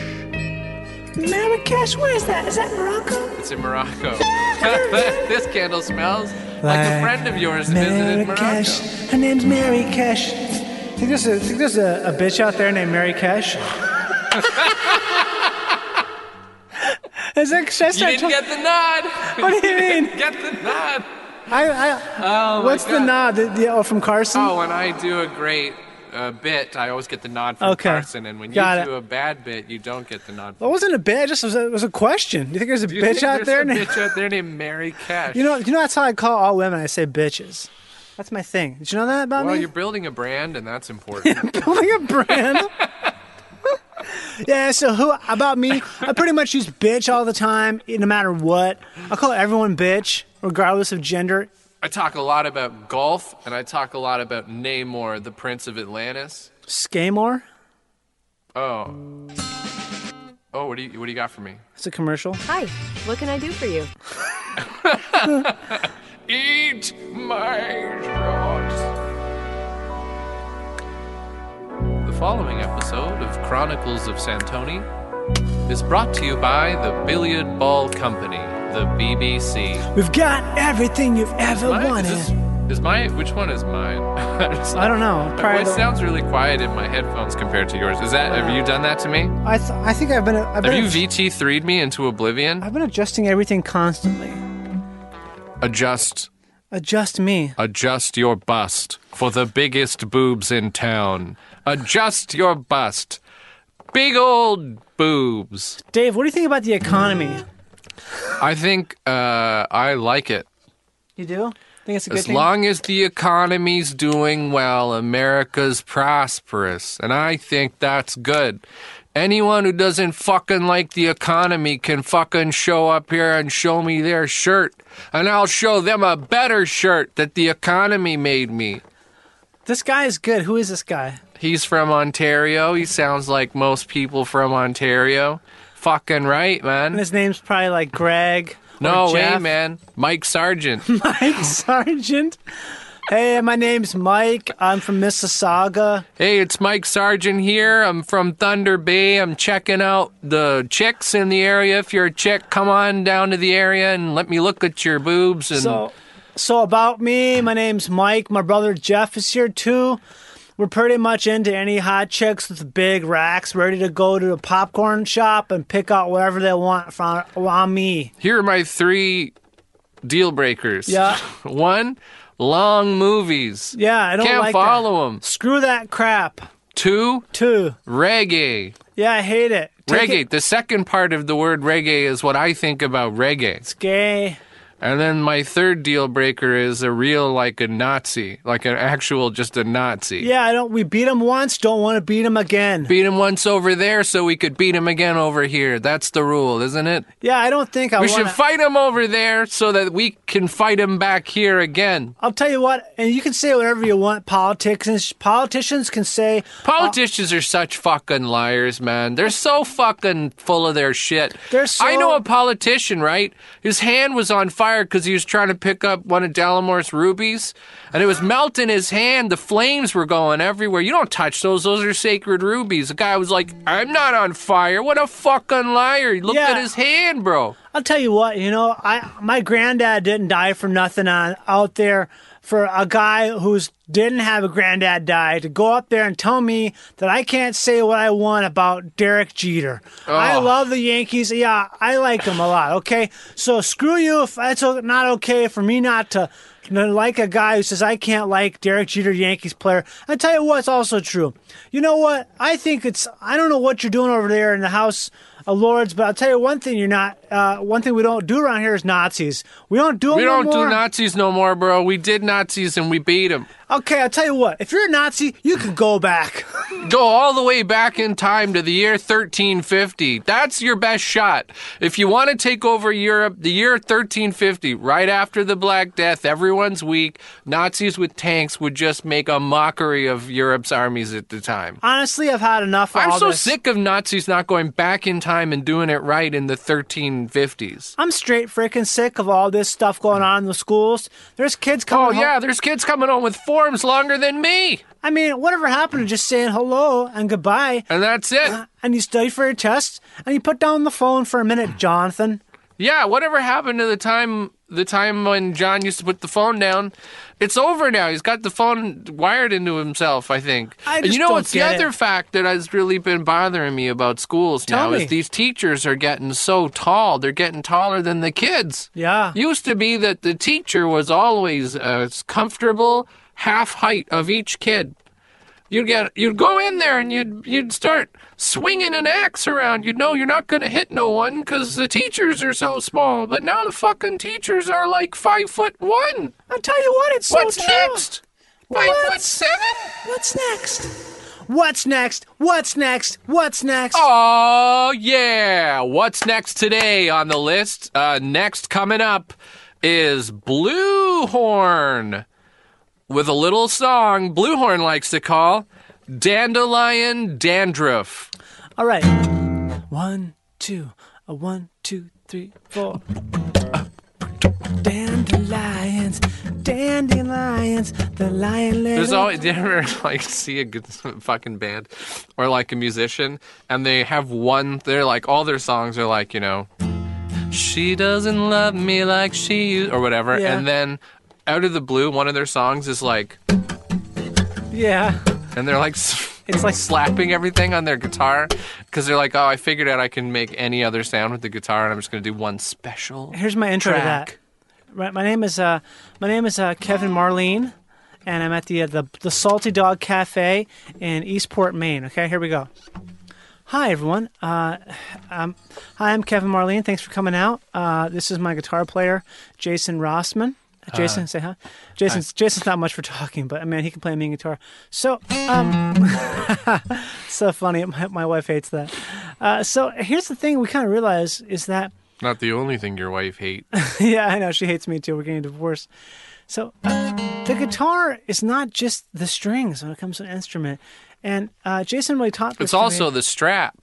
Marrakesh, where is that? Is that Morocco?
It's in Morocco. *laughs* this candle smells like a
Like
friend of yours visited Morocco.
Marrakesh. Her name's Mary Cash. Think there's a think there's a, a bitch out there named
*laughs*
Mary Cash. Is that, should I
You
start
didn't
talk-
get the nod.
What do you mean?
*laughs* get the nod.
I, I,
*laughs* Oh, my
what's the
God.
nod? The, the, oh, from Carson.
Oh, when I do a great uh, bit, I always get the nod from
Okay.
Carson, and when you
Got it.
do a bad bit, you don't get the nod.
That wasn't a bit. I Just it was a, it was a question. You think there's a
Do you
bitch
think
out there?
there's a bitch out there named Mary Cash.
*laughs* You know, you know that's how I call all women. I say bitches. That's my thing. Did you know that about
well,
me?
you're building a brand, and that's important.
*laughs* building a brand. *laughs* yeah, so who about me? I pretty much use bitch all the time, no matter what. I call everyone bitch, regardless of gender.
I talk a lot about golf, and I talk a lot about Namor, the Prince of Atlantis.
Skamor?
Oh. Oh, what do you what do you got for me?
It's a commercial.
Hi, what can I do for you?
Eat my rods. The following episode of Chronicles of Santoni is brought to you by the Billiard Ball Company, the BBC.
We've got everything you've ever
Mine-
wanted.
Is, this- is my which one is mine? *laughs*
I don't know.
My
Probably
voice
the-
sounds really quiet in my headphones compared to yours. Is that have you done that to me?
I, th- I think I've been I've
Have
been,
you VT three'd me into oblivion?
I've been adjusting everything constantly.
Adjust
Adjust me.
Adjust your bust for the biggest boobs in town. Adjust your bust. Big old boobs.
Dave, what do you think about the economy?
I think uh, I like it.
You do? Think it's a good
As
thing?
long as the economy's doing well, America's prosperous. And I think that's good. Anyone who doesn't fucking like the economy can fucking show up here and show me their shirt. And I'll show them a better shirt that the economy made me.
this guy is good. Who is this guy?
He's from Ontario. He sounds like most people from Ontario. Fucking right,
And
man.
his name's probably like Greg.
No
or
way,
Jeff.
man. Mike Sargent.
*laughs* Mike Sargent. Hey, my name's Mike. I'm from Mississauga.
hey, it's Mike Sargent here. I'm from Thunder Bay. I'm checking out the chicks in the area. If you're a chick, come on down to the area and let me look at your boobs. And
So, so about me, my name's Mike. My brother Jeff is here too. We're pretty much into any hot chicks with big racks, ready to go to a popcorn shop and pick out whatever they want from on me.
here are my three deal breakers.
Yeah.
*laughs* One, long movies.
Yeah, I don't
Can't
like
follow
that.
them.
Screw that crap.
Two,
Two.
reggae.
Yeah, I hate it. Take
reggae.
it-
The second part of the word reggae is what I think about reggae.
It's gay.
And then my third deal breaker is a real, like a Nazi, like an actual, just a Nazi.
Yeah, I don't. We beat him once. Don't want to beat him again.
Beat him once over there so we could beat him again over here. That's the rule, isn't it?
Yeah, I don't think I.
we
wanna...
should fight him over there so that we can fight him back here again.
I'll tell you what, and you can say whatever you want. Politics, politicians can say,
Politicians are such fucking liars, man. They're so fucking full of their shit.
They're so-
I know a politician, right? His hand was on fire because he was trying to pick up one of Delamore's rubies, and it was melting his hand. The flames were going everywhere. You don't touch those; those are sacred rubies. The guy was like, "I'm not on fire." What a fucking liar! He looked
Yeah.
at his hand, bro.
"I'll tell you what, you know, I my granddad didn't die for nothing on out there for a guy who's didn't have a granddad die to go up there and tell me that I can't say what I want about Derek Jeter. I
Oh.
love the Yankees. Yeah, I like them a lot. Okay, so screw you if it's o- not okay for me not to to like a guy who says I can't like Derek Jeter, Yankees player. I tell you what's also true. You know what? I think it's I don't know what you're doing over there in the House of Lords, but I'll tell you one thing: you're not. Uh, one thing we don't do around here is Nazis. We don't do. 'em
we
no
don't
more.
do Nazis no more, bro. We did Nazis and we beat them.
Okay, I'll tell you what. If you're a Nazi, you can go back. *laughs*
Go all the way back in time to the year 1350. That's your best shot. If you want to take over Europe, the year 1350, right after the Black Death, everyone's weak. Nazis with tanks would just make a mockery of Europe's armies at the time.
Honestly, I've had enough. Of
I'm
all
so
this.
sick of Nazis not going back in time and doing it right in the 1350s.
I'm straight freaking sick of all this stuff going on in the schools. There's kids coming.
Oh,
home-
yeah, there's kids coming home with forms longer than me.
I mean, whatever happened to just saying hello and goodbye?
And that's it.
And you study for your test, and you put down the phone for a minute, Jonathan.
Yeah, whatever happened to the time the time when John used to put the phone down? It's over now. He's got the phone wired into himself, I think.
I
and
just
you know
don't
what's the
get
other
it.
fact that has really been bothering me about schools
Tell
now
me.
is these teachers are getting so tall. They're getting taller than the kids.
Yeah.
Used to be that the teacher was always a comfortable half height of each kid. You'd get you'd go in there and you'd you'd start swinging an axe around. You'd know you're not going to hit no one because the teachers are so small. But now the fucking teachers are like five foot one.
I'll tell you what, it's so
what's
true.
next? Five
What?
foot seven.
What's next? What's next? What's next? What's next?
Oh yeah! What's next today on the list? Uh, next coming up is Blue Horn with a little song Blue Horn likes to call "Dandelion Dandruff."
All right. One, two, a one, two, three, four. Dandelions, dandelions, the lion lady.
There's always *laughs* do you ever like see a good fucking band or like a musician and they have one they're like all their songs are like, you know, she doesn't love me like she used or whatever
Yeah.
and then out of the blue one of their songs is like
Yeah.
and they're like it's like *laughs* slapping everything on their guitar cuz they're like, "Oh, I figured out I can make any other sound with the guitar and I'm just going to do one special."
Here's my intro
track.
to that. Right, my name is uh, my name is uh, Kevin Marlene, and I'm at the, uh, the the Salty Dog Cafe in Eastport, Maine. Okay, here we go. Hi everyone. Uh, um, hi, I'm Kevin Marlene. Thanks for coming out. Uh, this is my guitar player, Jason Rossman.
Hi.
Jason, say hi. Jason's Jason's not much for talking, but I mean he can play mean guitar. So, um, *laughs* so funny. My, my wife hates that. Uh, so here's the thing we kind of realize is that
Not the only thing your wife hates.
*laughs* yeah, I know. She hates me too. We're getting divorced. So uh, the guitar is not just the strings when it comes to an instrument. And uh, Jason really taught this.
It's
to me.
also the strap.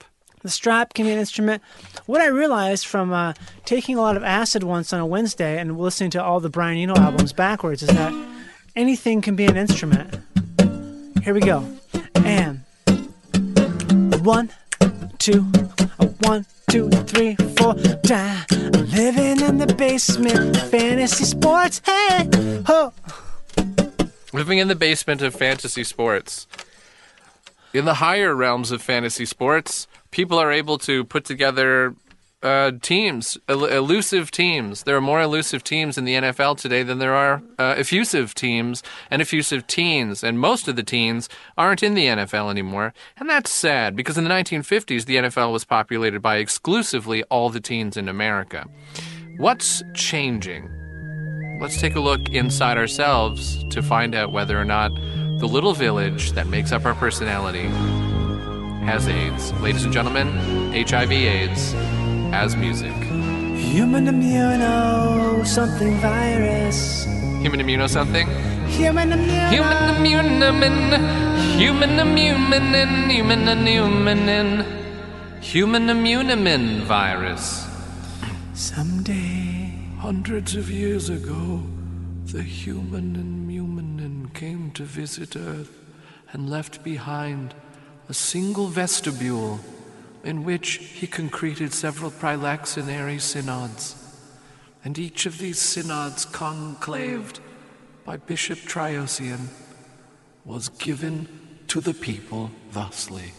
the strap can be an instrument. What I realized from uh, taking a lot of acid once on a Wednesday and listening to all the Brian Eno albums backwards is that anything can be an instrument. Here we go. And one, two, a one, two, three, four. Die. Living in the basement, fantasy sports. Hey, ho.
Living in the basement of fantasy sports. In the higher realms of fantasy sports, people are able to put together uh, teams, el- elusive teams. There are more elusive teams in the NFL today than there are uh, effusive teams and effusive teens. And most of the teens aren't in the NFL anymore. And that's sad because in the 1950s, the NFL was populated by exclusively all the teens in America. What's changing? Let's take a look inside ourselves to find out whether or not the little village that makes up our personality has AIDS. Ladies and gentlemen, HIV AIDS as music.
Human immuno something virus.
Human immuno something?
Human immuno.
Human immunamin. Human immunamin. Human immunamin. Human immunamin virus.
Someday.
Hundreds of years ago, the human and Mumunin came to visit Earth
and left behind a single vestibule in which he concreted several prelaxinary synods. And each of these synods conclaved
by Bishop Triosian was given to the people thusly.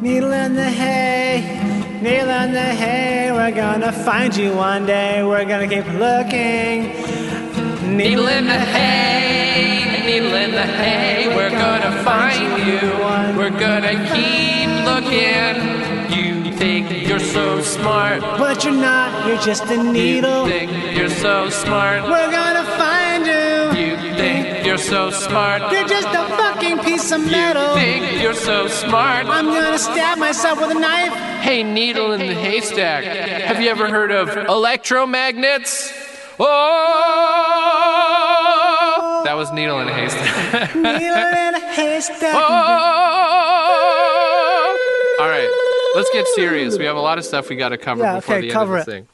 Needle in the hay, needle in the hay. We're gonna find you one day. We're gonna keep looking.
Needle in the hay, needle in the hay, we're gonna find you. We're gonna keep looking. You think you're so smart,
but you're not. You're just a needle.
think you're so smart.
We're gonna find you.
You think you're so smart,
You're just a fucking piece of metal.
think you're so smart.
I'm gonna stab myself with a knife.
Hey, needle in the haystack. Have you ever heard of electromagnets? Oh! That was needle in a haystack.
Needle in a haystack.
Oh, All right, let's get serious. We have a lot of stuff we got to cover
Yeah,
before
okay,
the
cover it.
end of this thing.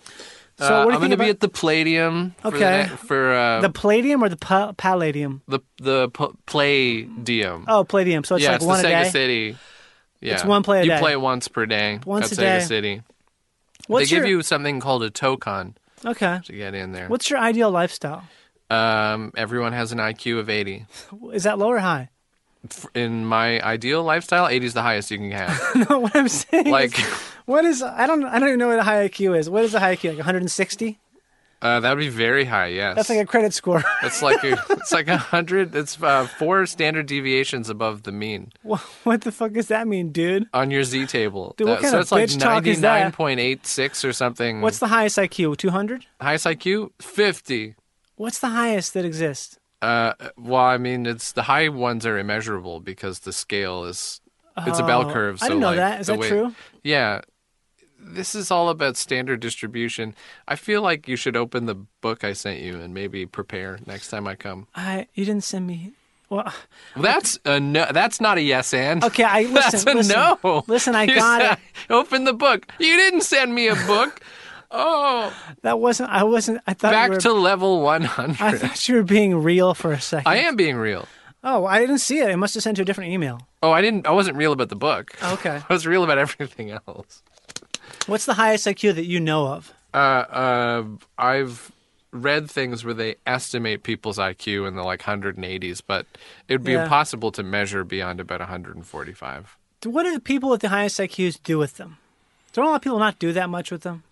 So what
Uh,
do you
I'm
think
gonna be
about-
at the Palladium. For
Okay.
The, for uh,
The
the
palladium or the pa- palladium?
the p- Palladium.
Oh, palladium. So it's
yeah,
like
it's
one
the
a
Sega
day.
City. Yeah.
It's one play a
you
day.
play once per day
Once
at
a
Sega
day.
City.
What's
they give
your-
you something called a token
Okay.
to get in there.
What's your ideal lifestyle?
Um, everyone has an IQ of 80.
Is that low or high? *laughs*
F- In my ideal lifestyle, 80 is the highest you can have.
no, what I'm saying. is-
like,
what is? I don't. I don't even know what a high IQ is. What is a high IQ? Like 160?
uh, that would be very high, yes.
That's like a credit score. *laughs*
That's like a, it's like a hundred. It's uh, four standard deviations above the mean
Wha- what the fuck does that mean, dude?
on your Z table.
Dude, what
That-
kind
so
of
it's like
bitch talk is that?
ninety-nine point eight six or something.
What's the highest IQ? 200?
highest IQ? Fifty.
What's the highest that exists?
Uh, well, I mean, it's the high ones are immeasurable because the scale is it's a bell
Oh,
curve.
I
So
didn't know
like,
that. Is
the
that
way-
true?
Yeah, this is all about standard distribution. I feel like you should open the book I sent you and maybe prepare next time I come.
I. You didn't send me. Well,
That's a no. That's not a yes and.
okay.
*laughs*
I listen.
That's a
listen,
no.
Listen, I
You
got it.
said, Open the book. You didn't send me a book. Oh,
That wasn't. I wasn't. I thought.
back
you were,
to level
I
100.
thought you were being real for a second.
I am being real. *laughs*
Oh, I didn't see it. I must have sent you a different email.
Oh, I didn't. I wasn't real about the book. *laughs*
Okay.
I was real about everything else.
*laughs* What's the highest IQ that you know of?
Uh, uh, I've read things where they estimate people's IQ in the like 180s, but it would be
Yeah.
impossible to measure beyond about 145.
What do the people with the highest IQs do with them? Don't a lot of people not do that much with them?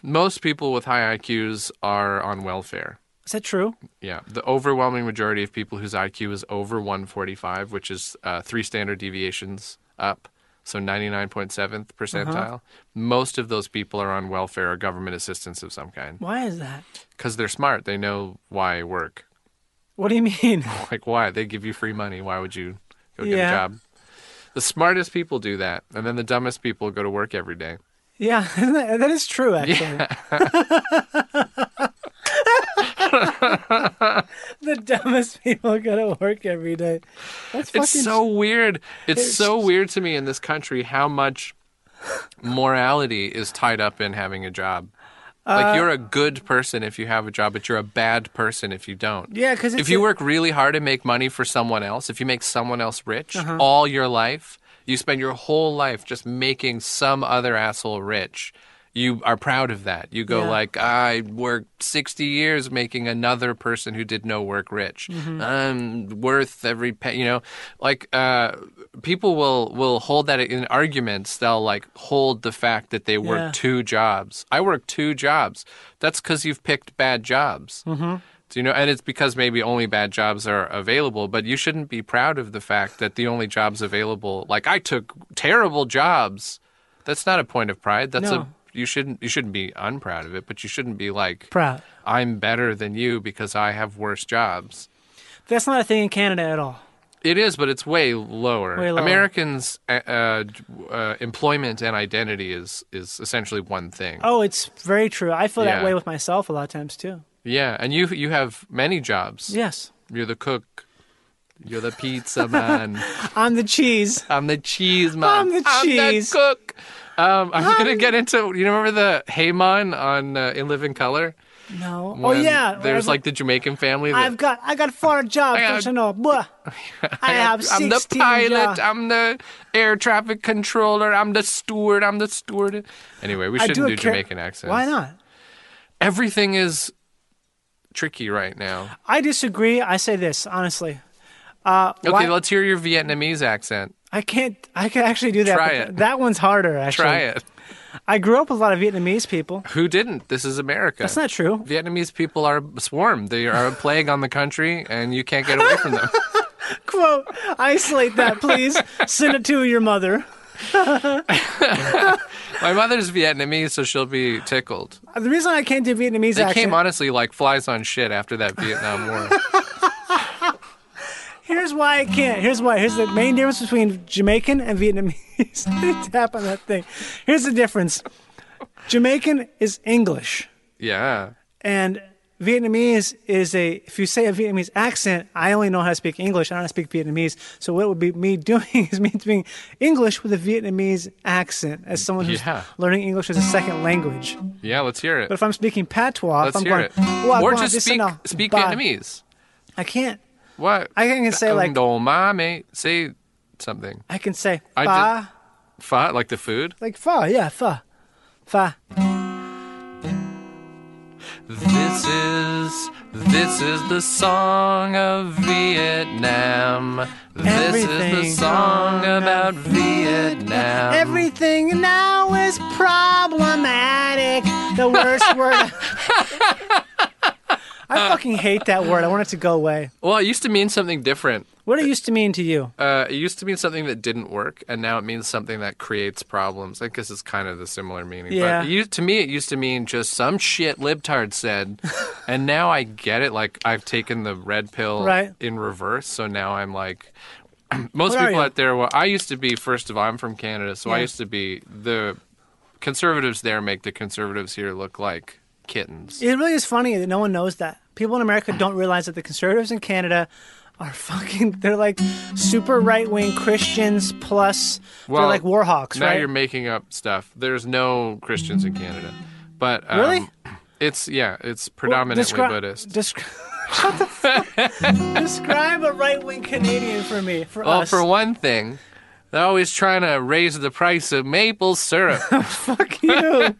Most people with high IQs are on welfare.
Is that true?
Yeah, the overwhelming majority of people whose IQ is over 145, which is uh, three standard deviations up, so 99.7th percentile, most of those people are on welfare or government assistance of some kind
Why is that?
because they're smart. They know why work.
What do you *laughs* mean?
Like, why? They give you free money. Why would you go get
Yeah.
a job? The smartest people do that, and then the dumbest people go to work every day.
Yeah, *laughs* isn't that, that is true, actually.
*laughs*
*laughs* the dumbest people go to work every day. That's fucking.
It's so weird. It's, so weird to me in this country how much morality is tied up in having a job.
Uh,
like you're a good person if you have a job, but you're a bad person if you don't.
Yeah, 'cause it's
if you
a-
work really hard and make money for someone else, if you make someone else rich all your life, you spend your whole life just making some other asshole rich. You are proud of that. You go
Yeah.
like, I worked sixty years making another person who did no work rich.
Mhm.
I'm worth every penny. You know, like uh, people will will hold that in arguments. They'll like hold the fact that they work
Yeah.
two jobs. I work two jobs. That's because you've picked bad jobs.
Mm-hmm.
Mhm.
Do you know? And it's because maybe only bad jobs are available. But you shouldn't be proud of the fact that the only jobs available. Like I took terrible jobs. That's not a point of pride. That's
No.
a you shouldn't you shouldn't be unproud of it, but you shouldn't be like
Proud.
I'm better than you because I have worse jobs.
That's not a thing in Canada at all.
It is, but it's way lower.
Way lower.
Americans' uh, uh, uh, employment and identity is is essentially one thing.
Oh, it's very true. I feel that
Yeah.
way with myself a lot of times too.
Yeah, and you you have many jobs.
Yes.
you're the cook. You're the pizza man.
I'm the cheese.
I'm the cheese man.
I'm the cheese.
cook. Um, I'm, gonna get into. You remember the Heyman on uh, In Living Color?
No. oh
when
yeah.
There's
I've-
like the Jamaican family. That,
I've got I got four jobs.
got-
Don't you know?
*laughs*
Blah. I have
I'm the
16
pilot.
jobs.
I'm the air traffic controller. I'm the steward. I'm the steward. Anyway, we
I
shouldn't
do
do,
a char-
Jamaican accents.
Why not?
Everything is tricky right now.
I disagree. I say this honestly. Uh,
Okay,
why-
let's hear your Vietnamese accent.
I can't. I can actually do that.
Try
but
it.
That one's harder. Actually,
Try it.
I grew up with a lot of Vietnamese people.
Who didn't? This is America.
That's not
*laughs*
true.
Vietnamese people are a swarm. They are a plague on the country, and you can't get away
*laughs*
from them.
Quote. Isolate that,
*laughs*
please. Send it to your mother. the
My mother's Vietnamese, so she'll be tickled.
reason I can't do Vietnamese
They
accent.
came honestly like flies on shit after that Vietnam
*laughs*
War.
Here's why I can't. Here's why. Here's the main difference between Jamaican and Vietnamese. *laughs* Tap on that thing. Here's the difference. Jamaican is English,
Yeah.
and Vietnamese is a. If you say a Vietnamese accent, I only know how to speak English. I don't know how to speak Vietnamese. So what it would be me doing *laughs* is me doing English with a Vietnamese accent as someone who's
Yeah.
learning English as a second language.
Yeah, let's hear it.
But if I'm speaking patois, if
Let's
I'm
hear
going,
it.
"Wah,
or
gwan,
just
this
speak,
and a
speak
bye."
Vietnamese.
I can't.
What?
I can say like
Don't mame. Say something.
I can say
I did-
"Ba."
Pho, like the food.
Like fa, yeah, fa. Fa.
This is this is the song of Vietnam. This
Everything
is the song about Vietnam.
Everything now is problematic. The
*laughs*
worst word. I fucking hate that word. I want it to go away.
well, it used to mean something different.
What it used to mean to you?
Uh, it used to mean something that didn't work, and now it means something that creates problems. I guess it's kind of the similar meaning.
Yeah.
But it used, to me, it used to mean just some shit
*laughs*
libtard said, and now I get it. Like I've taken the red pill
Right.
in reverse, so now I'm like. *clears throat* Most
What are
people
you?
out there, well, I used to be. First of all, I'm from Canada, so I
Yeah.
used to be the conservatives there make the conservatives here look like kittens.
It really is funny that no one knows that. People in America don't realize that the conservatives in Canada are fucking. They're like super right wing Christians plus. they're like war hawks,
now
right?
you're making up stuff. There's no Christians in Canada, but um,
Really?
it's yeah, it's predominantly
descri-
Buddhist.
Descri- *laughs* Shut the fuck. Describe a right wing Canadian for me. For
well,
us.
for one thing, they're always trying to raise the price of
*laughs*
maple syrup.
Fuck
*laughs*
you.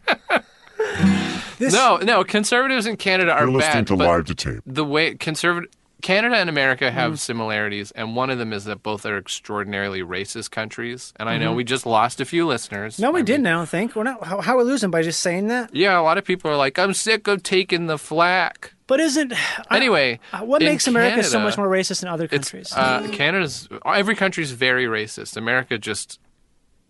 No, no, conservatives in Canada are
You're listening
bad.
to
but
Live to Tape.
the way conservative Canada and America
Mm-hmm.
have similarities, and one of them is that both are extraordinarily racist countries. And I know
Mhm.
we just lost a few listeners.
No, we didn't. I don't think we're not. How, how are we losing by just saying that?
Yeah, a lot of people are like, I'm sick of taking the flack.
But isn't uh,
anyway?
What
in
makes America so
Canada-
much more racist than other countries?
Uh, Canada's every country's very racist. America just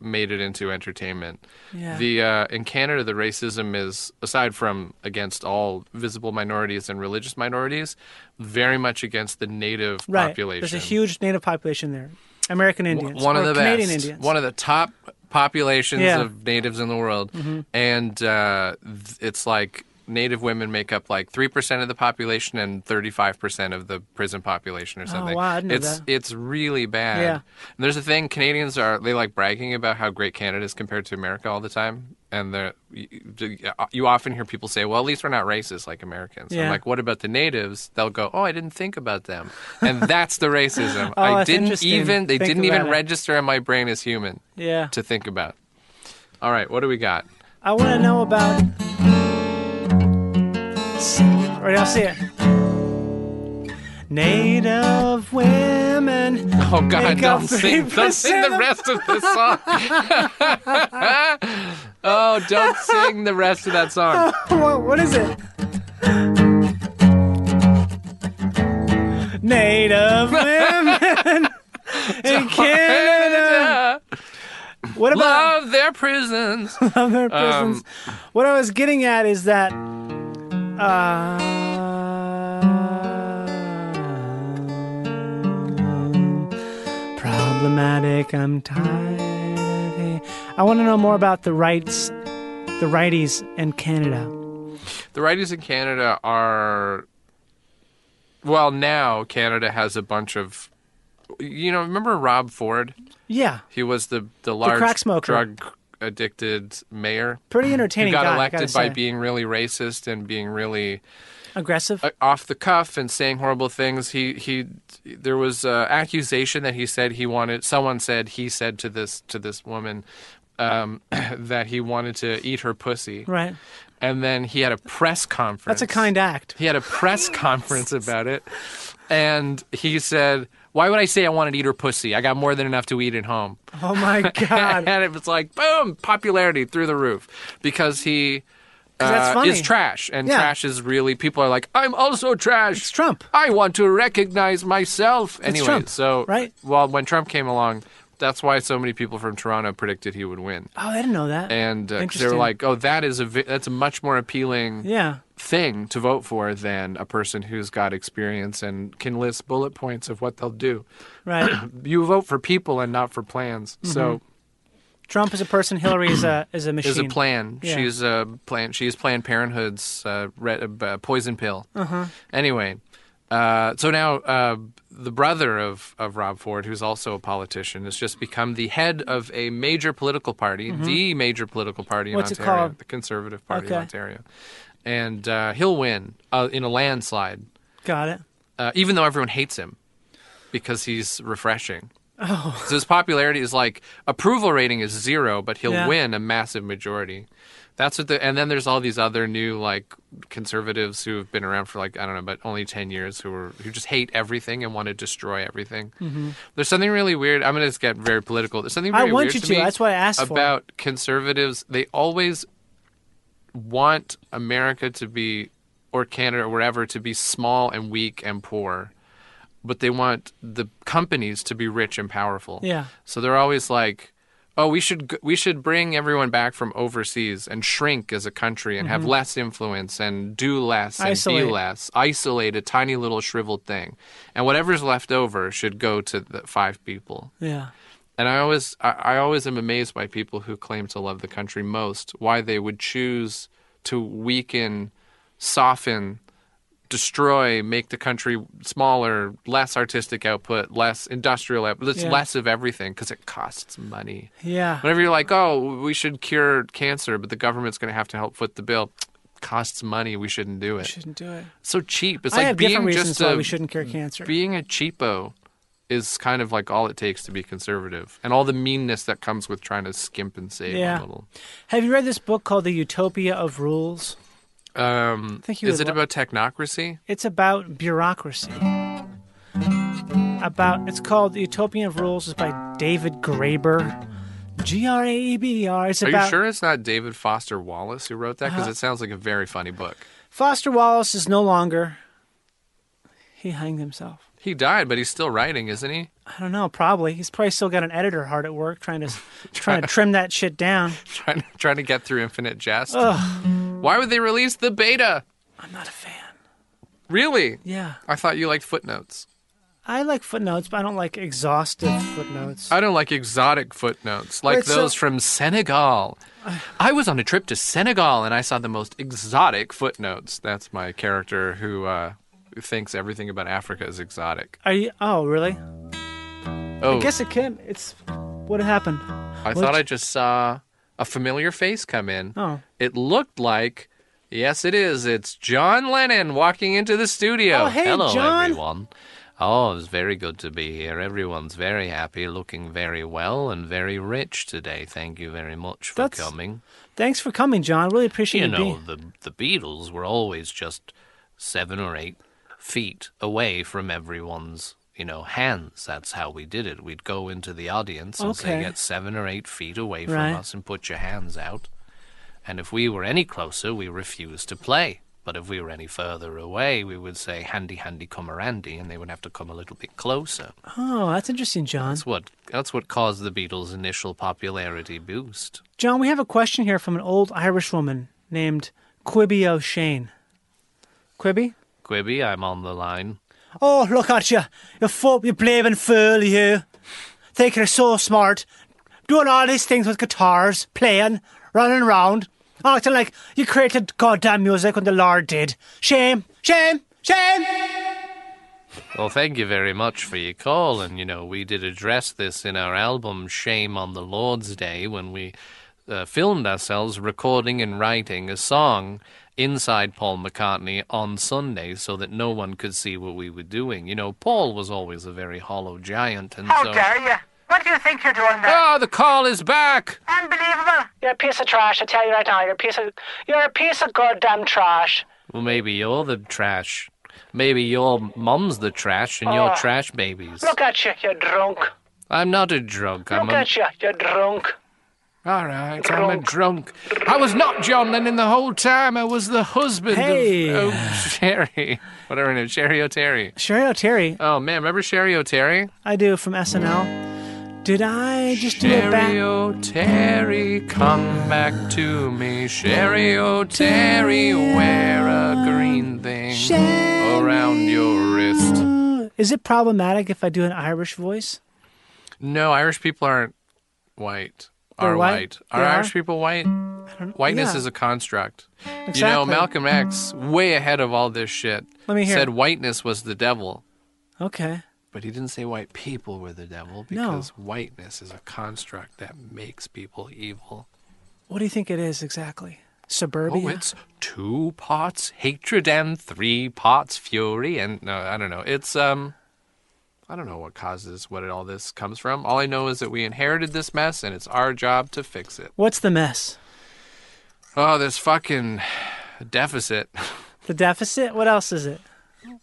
made it into entertainment.
Yeah.
The uh, in Canada, the racism is aside from against all visible minorities and religious minorities, very much against the native
right.
population.
There's a huge native population there. American Indians.
one of
or
the
Canadian
best,
Indians.
one of the top populations
Yeah.
of natives in the world,
Mhm.
and uh, th- it's like. Native women make up like three percent of the population and thirty-five percent of the prison population, or
Oh,
something.
wow, I didn't know
it's
that.
it's really bad.
Yeah.
And there's a thing Canadians are they like bragging about how great Canada is compared to America all the time, and the uh, you often hear people say, "Well, at least we're not racist like Americans." I'm
Yeah.
like, "What about the natives?" They'll go, "Oh, I didn't think about them," and that's the racism.
*laughs* Oh,
I
that's
didn't
interesting.
even they
Think
didn't even
about it.
register in my brain as human
Yeah.
to think about. All right, what do we got?
I want to know about. All right, I'll see it. Native women.
Oh God,
make up
don't sing, don't sing
3%
the
of-
rest of the song. *laughs* oh, don't sing the rest of
*laughs*
that song.
What- what is it? Native women in Canada. What about
love their prisons?
love
Um,
their prisons? what I was getting at is that. Uh, problematic. I'm tired of it. I want to know more about the rights, the righties in Canada.
The righties in Canada are. Well, now Canada has a bunch of. You know, remember Rob Ford?
Yeah.
He was the the large
crack smoker.
drug addicted mayor.
Pretty entertaining
Who got
guy, I
elected
gotta
by
say.
being really racist and being really
Aggressive.
uh, off the cuff and saying horrible things. He he, there was uh, accusation that he said he wanted. Someone said he said to this to this woman um, *clears throat* that he wanted to eat her pussy.
Right.
And then he had a press conference.
That's a kind act.
*laughs* He had a press conference about it, and he said, "Why would I say I wanted to eat her pussy? I got more than enough to eat at home."
Oh my god.
and it was like boom, popularity through the roof because he
'Cause that's
uh, is
funny.
trash, and
Yeah.
trash is really people are like, I'm also trash. It's
Trump.
I want to recognize myself. anyway,
Trump,
so
right?
Well, when Trump came along, that's why so many people from Toronto predicted he would win,
Oh, I didn't know that.
and uh, 'cause they were
Interesting.
like, oh, that is a vi- that's a much more appealing
Yeah.
thing to vote for than a person who's got experience and can list bullet points of what they'll do.
Right.
*coughs* you vote for people and not for plans. So.
Mhm. Trump is a person. Hillary is a is a machine.
Is a plan.
Yeah.
She's a plan. She's Planned Parenthood's uh, red, uh, poison pill.
Uh-huh.
Anyway, uh, so now uh, the brother of, of Rob Ford, who's also a politician, has just become the head of a major political party,
Mhm.
the major political party in
What's it
Ontario,
called?
the Conservative Party of
Okay.
Ontario, and uh, he'll win uh, in a landslide,
Got it.
uh, even though everyone hates him because he's refreshing.
Oh.
So his popularity is like approval rating is zero, but he'll
Yeah.
win a massive majority. That's what the and then there's all these other new like conservatives who have been around for like I don't know, but only ten years who are who just hate everything and want to destroy everything.
Mhm.
There's something really weird. I'm gonna just get very political. There's something
I
very
want
weird
you
to,
to.
me
That's what I asked for.
about conservatives. They always want America to be or Canada or wherever to be small and weak and poor, but they want the companies to be rich and powerful.
Yeah.
So they're always like, "Oh, we should g- we should bring everyone back from overseas and shrink as a country and have
Mhm.
less influence and do less and
Isolate.
be less, isolate a tiny little shriveled thing, and whatever's left over should go to the five people."
Yeah.
And I always, I, I always am amazed by people who claim to love the country most, why they would choose to weaken, soften, destroy, make the country smaller, less artistic output, less industrial output,
Yeah.
less of everything, because it costs money.
Yeah.
Whenever you're like, oh, we should cure cancer, but the government's going to have to help foot the bill, costs money. We shouldn't do it.
Shouldn't do it.
so cheap. It's
I
like
have
being
different reasons
just
why
a-
we shouldn't cure cancer.
being a cheapo is kind of like all it takes to be conservative, and all the meanness that comes with trying to skimp and save
Yeah.
a little.
Have you read this book called The Utopia of Rules?
Um,
think you
is
would
it
lo-
about technocracy?
It's about bureaucracy. About it's called The Utopian of Rules. It's by David Graeber. G R A E B E R. It's
Are
about
you sure it's not David Foster Wallace who wrote that? Because
Uh,
it sounds like a very funny book.
Foster Wallace is no longer. He hanged himself.
He died, but he's still writing, isn't he? *laughs*
I don't know. Probably he's probably still got an editor hard at work trying to trying to trim that shit down.
trying to, trying to get through Infinite Jest.
Ugh.
Why would they release the beta? I'm not a fan. Really?
Yeah.
I thought you liked footnotes.
I like footnotes, but I don't like exhaustive footnotes.
I don't like exotic footnotes, like
Wait, so-
those from Senegal. I was on a trip to Senegal and I saw the most exotic footnotes. That's my character who uh, thinks everything about Africa is exotic.
Are you? Oh, really?
Oh,
I guess it can. It's what happened.
I thought I just saw a familiar face come in.
Oh.
It looked like, yes, it is. It's John Lennon walking into the studio.
Oh, hey,
Hello,
John.
everyone. Oh, it's very good to be here. Everyone's very happy, looking very well and very rich today. Thank you very much for
That's-
coming.
Thanks for coming, John. Really appreciate
You
you,
know,
being.
the, the Beatles were always just seven or eight feet away from everyone's, you know, hands. That's how we did it. We'd go into the audience and say,
Okay.
get seven or eight feet away from
Right.
us and put your hands out. And if we were any closer, we refused to play. But if we were any further away, we would say, handy, handy, come arandy, and they would have to come a little bit closer.
Oh, that's interesting, John.
That's what, that's what caused the Beatles' initial popularity boost.
John, we have a question here from an old Irish woman named Quibby O'Shane. Quibby?
Quibby, I'm on the line.
Oh, look at you. You fool, you blaming fool, you. Think you're so smart. Doing all these things with guitars, playing, running around. Acting like you created goddamn music when the Lord did. Shame, shame, shame.
Well, thank you very much for your call. And, you know, we did address this in our album Shame on the Lord's Day when we uh, filmed ourselves recording and writing a song inside Paul McCartney on Sunday so that no one could see what we were doing. You know, Paul was always a very hollow giant, and
How
so
dare you? What do you think you're doing there?
Oh, the call is back.
Unbelievable. You're a piece of trash, I tell you right now. You're a piece of you're a piece of goddamn trash.
well, maybe you're the trash. Maybe your mum's the trash and you're
Oh.
trash babies.
Look at you, you're drunk.
I'm not a drunk. I'm
Look
a
at you, you're drunk.
All right, I'm a drunk. I was not John Lennon the whole time. I was the
*sighs*
husband *laughs*
Hey.
of oh, Sherry. Whatever her name, Sherry O'Terry.
Sherry O'Terry.
Oh, man, remember Sherry O'Terry?
I do from SNL. Did I just do a back?
Sherry O'Terry, come back to me. Sherry O'Terry, wear a green thing around your wrist.
Is it problematic if I do an Irish voice?
No, Irish people aren't white.
They're
Are
white?
white? Are
They are?
Irish people white? Whiteness
yeah.
is a construct. You know,
Exactly.
Malcolm X, way ahead of all this shit,
Let me hear
said
it.
whiteness was the devil,
Okay.
but he didn't say white people were the devil
No.
because whiteness is a construct that makes people evil.
What do you think it is exactly? Suburbia?
Oh, it's two parts hatred and three parts fury, and no, I don't know. It's um, I don't know what causes what all this comes from. All I know is that we inherited this mess, and it's our job to fix it.
What's the mess?
Oh, this fucking deficit.
The deficit? What else is it?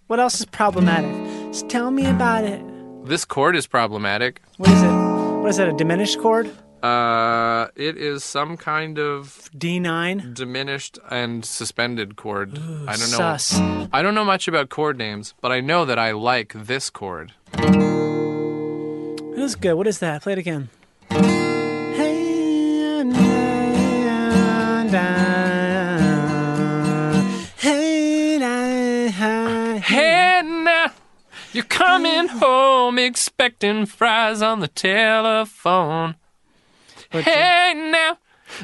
What else is problematic? Just tell me about it.
This chord is problematic.
What is it? What is that, a diminished chord?
Uh, it is some kind of
D9
diminished and suspended chord. I don't know.
sus.
I don't know much about chord names, but I know that I like this chord.
It is good. What is that? Play it again. Mm-hmm.
Hannah, you're coming home expecting fries on the telephone. Hey now,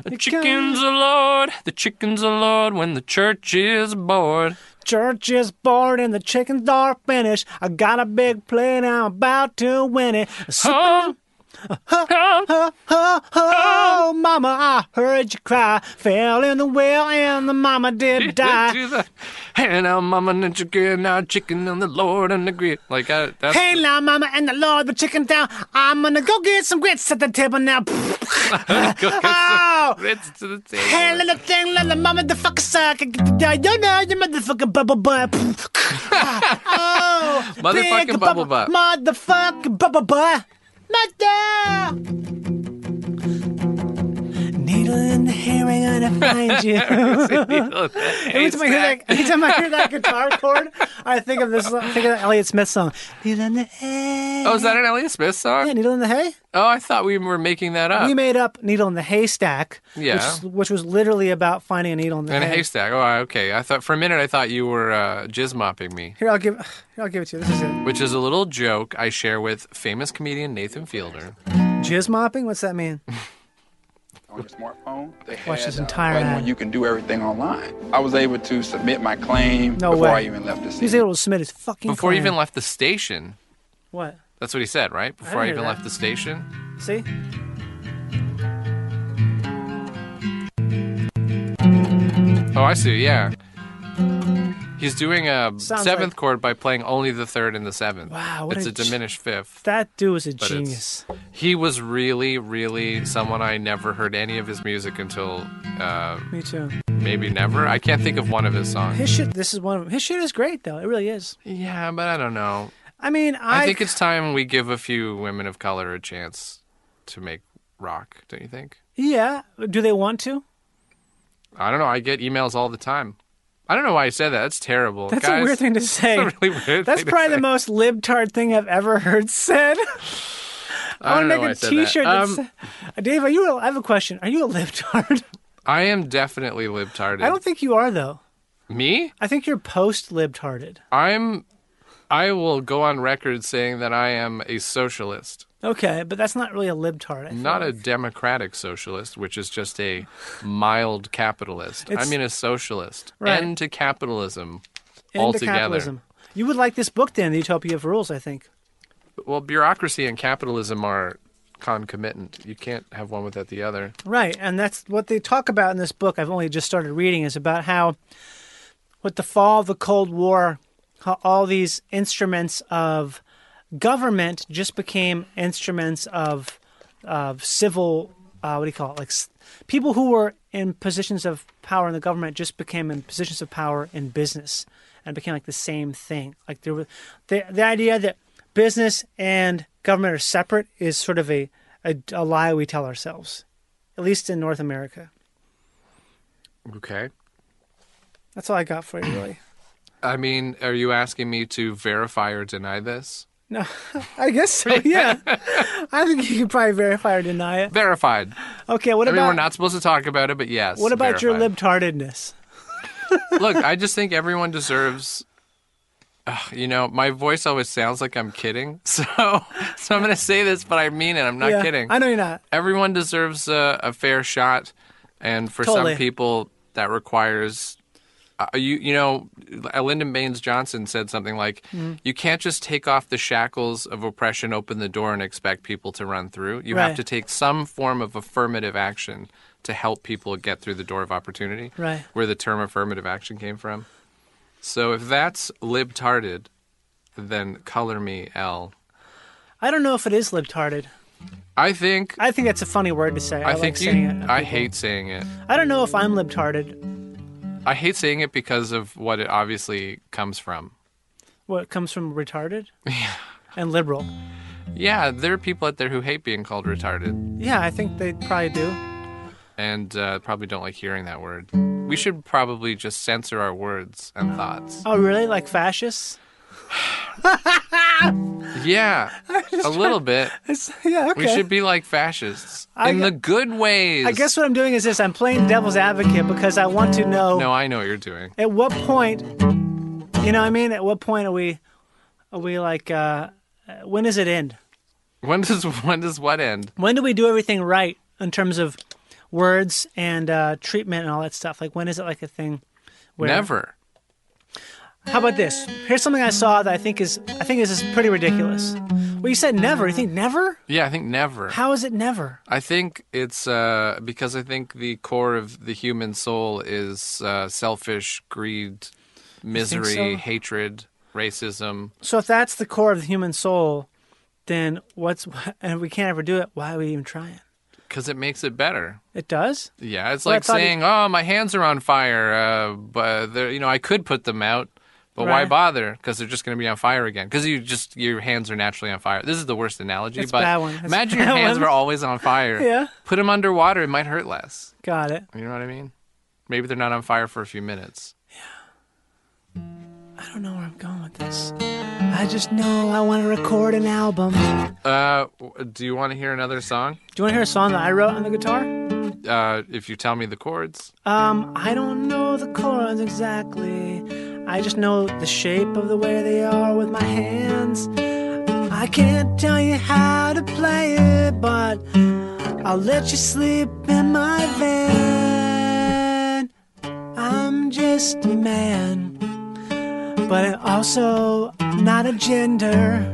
the chickens are lord, the chickens are lord when the church is bored.
Church is bored and the chickens are finished. I got a big play and I'm about to win it.
*laughs*
Huh? Huh, huh, huh, huh. Mama, I heard you cry. Fell in the well and the mama
*laughs*
did die.
Do the- Hey now, mama, and chicken, now chicken on the lord and the grill. Like I, that's
Hey now, mama and the Lord, the chicken down. I'm gonna go get some grits at the table now. *laughs* oh,
grits to the table.
*laughs* Hey, little thing, little mama, the fucker suck. I get to die. You know your motherfucking bubble butt. *laughs* oh,
Motherfucking
big
bubble butt.
Motherfucking bubble butt. Mother. Needle in the herring, and I find
*laughs*
you. *laughs* Every time I hear that, every time I hear that guitar chord, I think of this, I think of that Elliott Smith song. Needle in the hay.
Oh, is that an Elliott Smith song?
Yeah, needle in the hay.
Oh, I thought we were making that up.
We made up needle in the haystack.
Uh. Yeah.
Which, which was literally about finding a needle in the
and a
hay.
haystack. Oh, okay. I thought for a minute I thought you were uh, jizz mopping me,
Here, I'll give. Here, I'll give it to you. This is it.
which is a little joke I share with famous comedian Nathan Fielder.
Jizz mopping. What's that
*laughs*
mean?
on your smartphone. They
Watch
had
this
a
entire
button
ad.
where you can do everything online. I was able to submit my claim
No
before
way.
I even left the
He was able to submit his fucking.
Before he
claim.
even left the station,
What?
that's what he said, right? Before
I
I,
hear
even
that.
left the station.
See.
Oh, I see. Yeah. He's doing a
Sounds
seventh chord by playing only the third and the seventh.
Wow, what
it's
a
a,
ge-
diminished fifth.
That dude was a
But it's-
genius.
He was really, really someone I never heard any of his music until uh,
Me too.
maybe never. I can't think of one of his songs.
His shit. This is one of them. His shit is great though. It really is.
Yeah, but I don't know.
I mean, I.
I think it's time we give a few women of color a chance to make rock, don't you think?
Yeah. Do they want to?
I don't know. I get emails all the time. I don't know why I said that. That's terrible.
That's
Guys,
a weird thing to say.
That's a really weird
That's
thing to
probably
say.
the most libtard thing I've ever heard said. *laughs* I,
I
want
don't know
to
why
make
I
a
said that.
T-shirt. That.
Um,
says Dave, are you? A, I have a question. Are you a libtard? *laughs*
I am definitely libtarded.
I don't think you are though.
Me?
I think you're post libtarded.
Uh, I'm. I will go on record saying that I am a socialist.
Okay, but that's not really a libtard. I feel
Not
like.
a democratic socialist, which is just a mild capitalist. I
It's-
mean, a socialist.
Right.
End to capitalism
Into
altogether.
capitalism. You would like this book then, The Utopia of Rules, I think.
Well, bureaucracy and capitalism are concomitant. You can't have one without the other.
Right, and that's what they talk about in this book. I've only just started reading is about how, with the fall of the Cold War, how all these instruments of government just became instruments of of civil. Uh, what do you call it? Like s- people who were in positions of power in the government just became in positions of power in business, and it became like the same thing. Like there was the the idea that business and government are separate is sort of a a, a lie we tell ourselves at least in North America.
Okay.
That's all I got for you,
*clears throat*
really.
I mean, are you asking me to verify or deny this?
No, I guess so. Yeah, I think you can probably verify or deny it.
Verified.
Okay, what
I mean,
about
we're not supposed to talk about it, but yes.
what about your
verified.
libtardedness?
Look, I just think everyone deserves. Ugh, you know, my voice always sounds like I'm kidding, *laughs* so so I'm going to say this, but I mean it. I'm not
Yeah,
kidding.
I know you're not.
Everyone deserves a, a fair shot, and for
Totally.
some people, that requires. Uh, you you know, uh, Lyndon Baines Johnson said something like,
Mm-hmm.
Mhm.
"You can't just take off the shackles of oppression, open the door, and expect people to run through. You
Right.
have to take some form of affirmative action to help people get through the door of opportunity."
Right.
where the term affirmative action came from. So if that's libtarded, then color me L.
I don't know if it is libtarded.
I think.
I think that's a funny word to say. I,
I,
like
think
saying
you.
it.
I hate saying it.
I don't know if I'm libtarded.
I hate saying it because of what it obviously comes from.
What comes from
*laughs*
retarded? Yeah. And liberal.
Yeah, there are people out there who hate being called retarded
Yeah, I think they probably do.
and uh, probably don't like hearing that word. We should probably just censor our words and thoughts.
Oh, really? Like fascists? *laughs*
Yeah, a little bit.
It's- yeah, okay.
We should be like fascists
I-
in the good ways.
I guess what I'm doing is this: I'm playing devil's advocate because I want to know.
No, I know what you're doing.
at what point you know what i mean at what point are we are we like uh when does it end
When does *laughs* when does what end?
when do we do everything right in terms of words and uh treatment and all that stuff like when is it like a thing where
Never.
how about this here's something i saw that i think is i think this is pretty ridiculous well you said never you think never
Yeah, I think never.
how is it never
I think it's uh, because I think the core of the human soul is uh, selfish, greed, misery,
so?
hatred, racism.
so if that's the core of the human soul then what's *laughs* and if we can't ever do it why are we even trying
Because it makes it better.
it does
Yeah, it's
Well, I
like
thought it-
saying, "Oh, my hands are on fire," uh, but they're- you know I could put them out, but why
Right.
bother? Because they're just going to be on fire again. Because you just your hands are naturally on fire. This is the worst analogy,
It's a
but
bad one. It's a
imagine your
bad
hands
one.
were always on fire.
*laughs* Yeah.
put them underwater; it might hurt less.
got it
You know what I mean? Maybe they're not on fire for a few minutes.
I don't know where I'm going with this. I just know I want to record an album. Do you
Uh, w- do you want to hear another song?
want to hear a song that I wrote on the guitar?
Uh, if you tell me the chords.
Um, I don't know the chords exactly. I just know the shape of the way they are with my hands. I can't tell you how to play it, but I'll let you sleep in my van. I'm just a man, but also not a gender.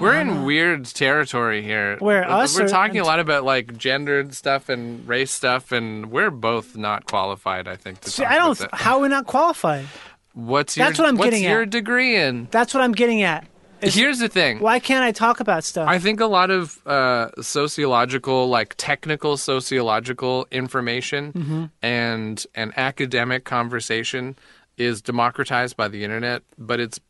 We're in weird territory here.
Uh-huh. Where
Uh,
us
We're
or-
talking a lot about like gendered stuff and race stuff, and we're both not qualified, I think. To
See,
talk
I don't.
about that.
How are we not qualified?
What's your,
That's what I'm
what's
getting
your
at.
degree in?
That's what I'm getting at.
Here's the thing.
Why can't I talk about stuff?
I think a lot of uh, sociological, like technical sociological information
Mhm.
and and academic conversation is democratized by the internet, but it's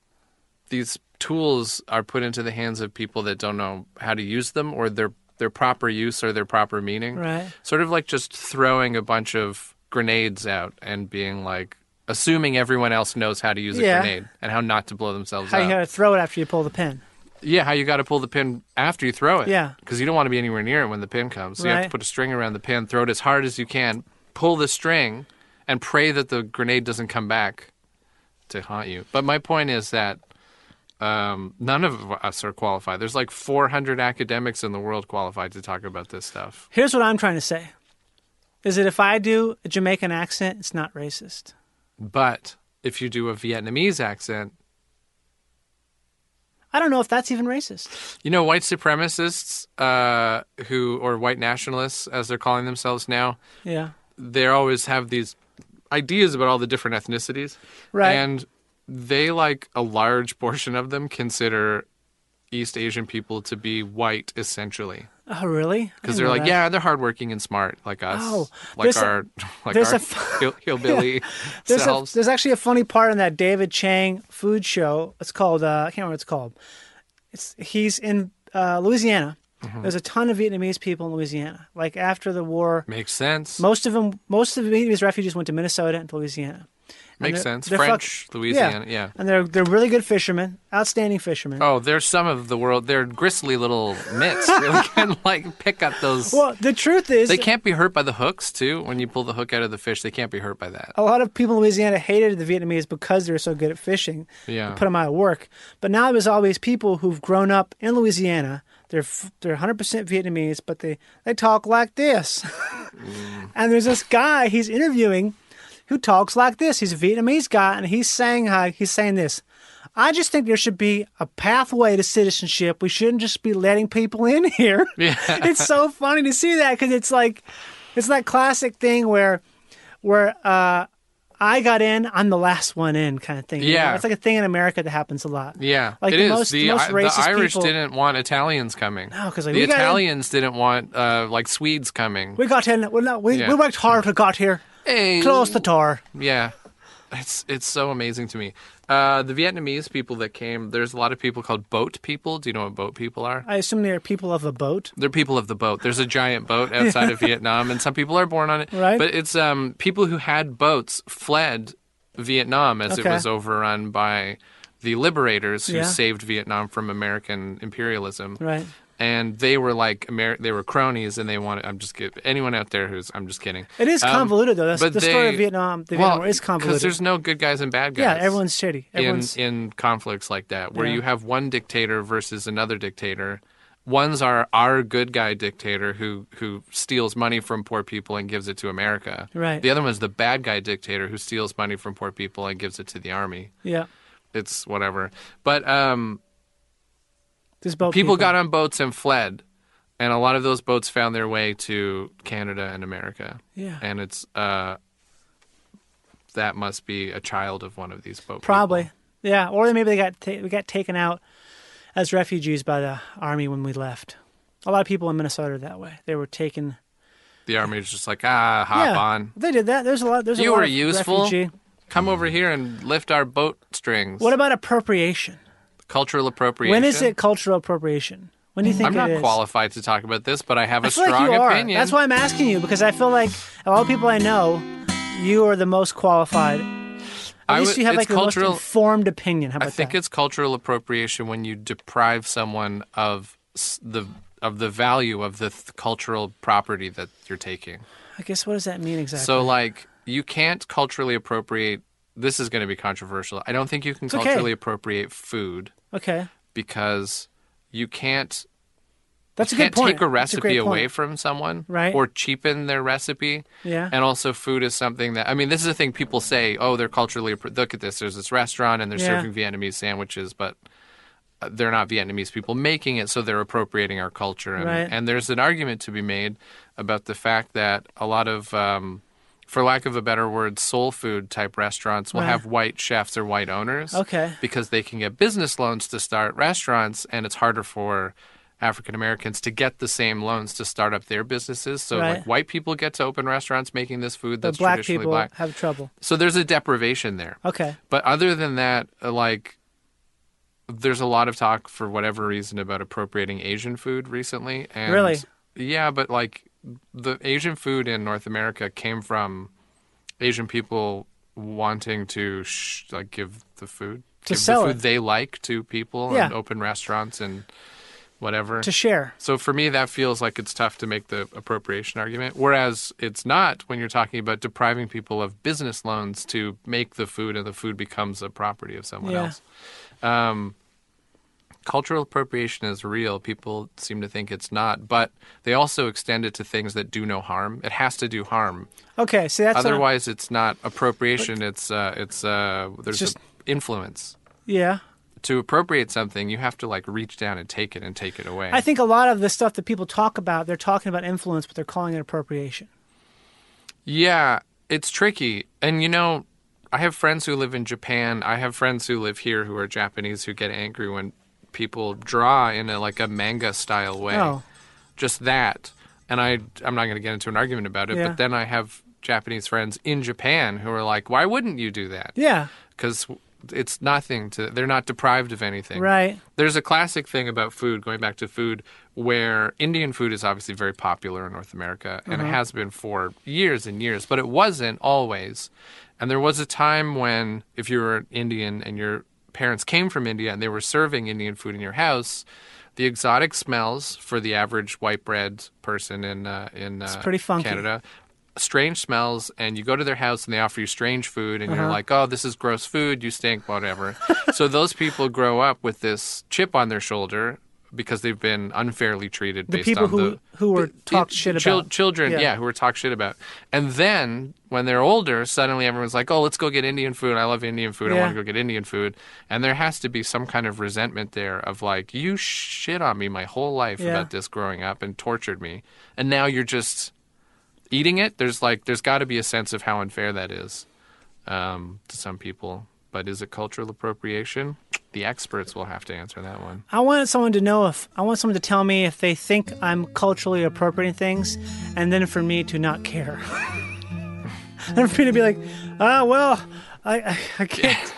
these tools are put into the hands of people that don't know how to use them or their their proper use or their proper meaning.
Right.
Sort of like just throwing a bunch of grenades out and being like assuming everyone else knows how to use
Yeah.
a grenade and how not to blow themselves
How
up.
you gotta throw it after you pull the pin?
Yeah, how you got to pull the pin after you throw it.
Yeah.
Because you don't want to be anywhere near it when the pin comes. So you have to
Right.
put a string around the pin, throw it as hard as you can, pull the string, and pray that the grenade doesn't come back to haunt you. But my point is that um, none of us are qualified. There's like 400 academics in the world qualified to talk about this stuff.
Here's what I'm trying to say: is that if I do a Jamaican accent, it's not racist.
But if you do a Vietnamese accent,
I don't know if that's even racist.
You know, white supremacists, uh, who or white nationalists, as they're calling themselves now,
Yeah.
they always have these ideas about all the different ethnicities.
Right.
And they, like a large portion of them, consider East Asian people to be white essentially.
Oh, really? I didn't
Because they're
know
like,
that.
yeah, they're hardworking and smart, like us, *laughs*
Oh,
like
there's a-
our, like
there's
our
a f-
hill,
*laughs*
hillbilly
There's, a,
selves.
there's actually a funny part in that David Chang food show. It's called, uh, I can't remember what it's called. It's He's in uh, Louisiana.
Mm-hmm.
There's a ton of Vietnamese people in Louisiana. Like after the war,
Makes sense.
most of them, most of the Vietnamese refugees went to Minnesota and to Louisiana. And
Makes
they're-
sense.
they're
French,
fuck-
Louisiana, yeah.
And they're they're really good fishermen, outstanding fishermen.
Oh, there's some of the world. They're gristly little
*laughs*
mitts. Really can like pick up those.
Well, the truth is,
they can't be hurt by the hooks too. When you pull the hook out of the fish, they can't be hurt by that.
a lot of people in Louisiana hated the Vietnamese because they were so good at fishing.
Yeah.
It put them out of work. But now there's all these people who've grown up in Louisiana. They're f- they're 100% Vietnamese, but they they talk like this. *laughs* and there's this guy he's interviewing who talks like this. He's a Vietnamese guy, and he's saying how he's saying this. I just think there should be a pathway to citizenship. We shouldn't just be letting people in *laughs* here.
Yeah.
it's so funny to see that because it's like it's that classic thing where where uh, I got in, I'm the last one in kind of thing. You know,
Yeah.
it's like a thing in America that happens a lot.
Yeah,
Like
it
the
is.
most- the most
I-
racist
Irish
people-
didn't want Italians coming.
No, 'cause, like,
the
we got in-
Italians didn't want uh, like Swedes coming.
We got in. Well, no, we,
Yeah.
we worked hard to got here.
Hey.
Close the door.
Yeah, it's it's so amazing to me. Uh, the Vietnamese people that came, there's a lot of people called boat people. Do you know what boat people are?
I assume they are people of a boat.
They're people of the boat. There's a
*laughs*
giant boat outside of Vietnam, and some people are born on it.
Right.
But it's um, people who had boats fled Vietnam as
Okay.
it was overrun by the liberators who
Yeah.
saved Vietnam from American imperialism.
Right.
And they were like Amer- they were cronies, and they wanted. I'm just kidding. Anyone out there who's I'm just kidding.
It is
Um,
convoluted though. That's
but
the story
they-
of Vietnam. Um, The
well,
Vietnam War is
Because
convoluted.
there's no good guys and bad guys.
yeah, everyone's shitty. Everyone's
in in conflicts like that, where
Yeah.
you have one dictator versus another dictator. One's our our good guy dictator who who steals money from poor people and gives it to America.
Right.
The other one's the bad guy dictator who steals money from poor people and gives it to the army.
yeah.
It's whatever. But um,
There's boat
people
people,
got on boats and fled, and a lot of those boats found their way to Canada and America.
Yeah.
And it's uh, that must be a child of one of these boats.
probably. Yeah, or maybe they got ta- we got taken out as refugees by the army when we left. A lot of people in Minnesota are that way. They were taken.
The army was just like, ah, hop
yeah,
on.
They did that. There's a lot. There's a
you
lot
were
of
useful.
refugee-
Come over here and lift our boat strings.
What about appropriation?
cultural appropriation? Mm,
When is it cultural appropriation? When do you think
I'm not
it is?
qualified to talk about this, but I have a
I feel
strong
like you are.
opinion.
That's why I'm asking you because I feel like of all the people I know, you are the most qualified. At
I
least
would-
you have
it's
like the
cultural-
most informed opinion. How about
I think
that?
it's cultural appropriation when you deprive someone of s- the of the value of the th- cultural property that you're taking.
I guess what does that mean exactly?
So, like, you can't culturally appropriate. This is going to be controversial. I don't think you can
It's okay.
culturally appropriate food
okay,
because you can't
that's a
you
good
can't
point.
take a
That's
recipe
great
away
point.
from someone
Right.
or cheapen their recipe.
Yeah.
And also, food is something that, I mean, this is a thing people say, oh, they're culturally, appro- look at this. There's this restaurant and they're
Yeah.
serving Vietnamese sandwiches, but uh, they're not Vietnamese people making it, so they're appropriating our culture. And,
Right.
and there's an argument to be made about the fact that a lot of, um, for lack of a better word, soul food type restaurants will
Right.
have white chefs or white owners
Okay.
because they can get business loans to start restaurants, and it's harder for African Americans to get the same loans to start up their businesses. So,
Right.
like, white people get to open restaurants making this food
But
that's
black
traditionally
people
black.
have trouble.
So, there's a deprivation there.
Okay,
But other than that, uh, like, there's a lot of talk for whatever reason about appropriating Asian food recently. And
Really?
Yeah, but like the Asian food in North America came from Asian people wanting to sh- like give the food
To
give
sell
the
it.
food they like to people
Yeah.
and open restaurants and whatever
to share.
so for me, that feels like it's tough to make the appropriation argument. Whereas it's not when you're talking about depriving people of business loans to make the food, and the food becomes a property of someone
Yeah.
else. Um, cultural appropriation is real. People seem to think it's not, but they also extend it to things that do no harm. It has to do harm.
Okay, see that's what I'm-
Otherwise, it's not appropriation. it's uh, it's uh, there's
just-
a influence.
yeah.
to appropriate something, you have to like reach down and take it and take it away.
I think a lot of the stuff that people talk about, they're talking about influence, but they're calling it appropriation.
Yeah, it's tricky. And you know, I have friends who live in Japan. I have friends who live here who are Japanese who get angry when people draw in a like a manga style way.
Oh.
Just that. And I I'm not going to get into an argument about it,
Yeah.
but then I have Japanese friends in Japan who are like, "Why wouldn't you do that?"
Yeah.
Cuz it's nothing to they're not deprived of anything.
Right.
There's a classic thing about food, going back to food, where Indian food is obviously very popular in North America, and
Mhm.
it has been for years and years, but it wasn't always. And there was a time when, if you were an Indian and your parents came from India and they were serving Indian food in your house, the exotic smells for the average white bread person in uh, in uh,
pretty funky.
Canada strange smells and you go to their house and they offer you strange food and you're
Uh-huh.
like, oh, this is gross food, you stink,
*laughs*
whatever. so those people grow up with this chip on their shoulder because they've been unfairly treated
The
based
people
on
who
the
who were talked shit
chil-
about
children, yeah. who were talked shit about. And then when they're older, suddenly everyone's like, oh, let's go get Indian food. I love Indian food. I
Yeah.
want to go get Indian food. And there has to be some kind of resentment there of like, you shit on me my whole life
Yeah.
about this growing up and tortured me. And now you're just eating it. There's like, there's got to be a sense of how unfair that is um, to some people. But is it cultural appropriation? The experts will have to answer that one.
I want someone to know if I want someone to tell me if they think I'm culturally appropriating things, and then for me to not care, *laughs* and for me to be like, ah, well, I I, I can't.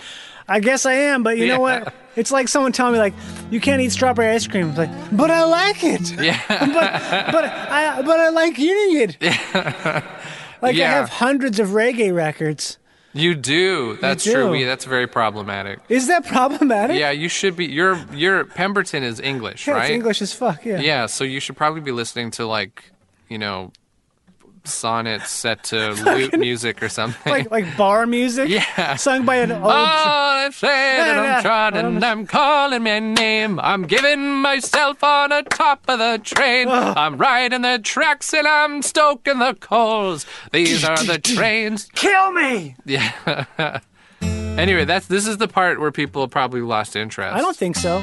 I guess I am, but you know what? It's like someone telling me like, you can't eat strawberry ice cream. It's like, but I like it.
*laughs* Yeah.
*laughs* but I but I like eating it. *laughs* Like I
Yeah.
have hundreds of reggae records.
You do. That's
do.
true. We, that's very problematic.
Is that problematic?
Yeah, you should be. Your your Pemberton is English,
Yeah,
right?
it's English as fuck.
Yeah. so you should probably be listening to like, you know, sonnets
*laughs*
set to lute music or something.
like like bar music.
*laughs* Yeah.
Sung by an old.
*laughs* Oh, I say that I'm
Um,
trodden, I'm calling my name. I'm giving myself on the top of the train. I'm riding the tracks and I'm stoking the coals. These are
*laughs*
the trains.
Kill me.
Yeah. anyway, that's this is the part where people probably lost interest.
I don't think so.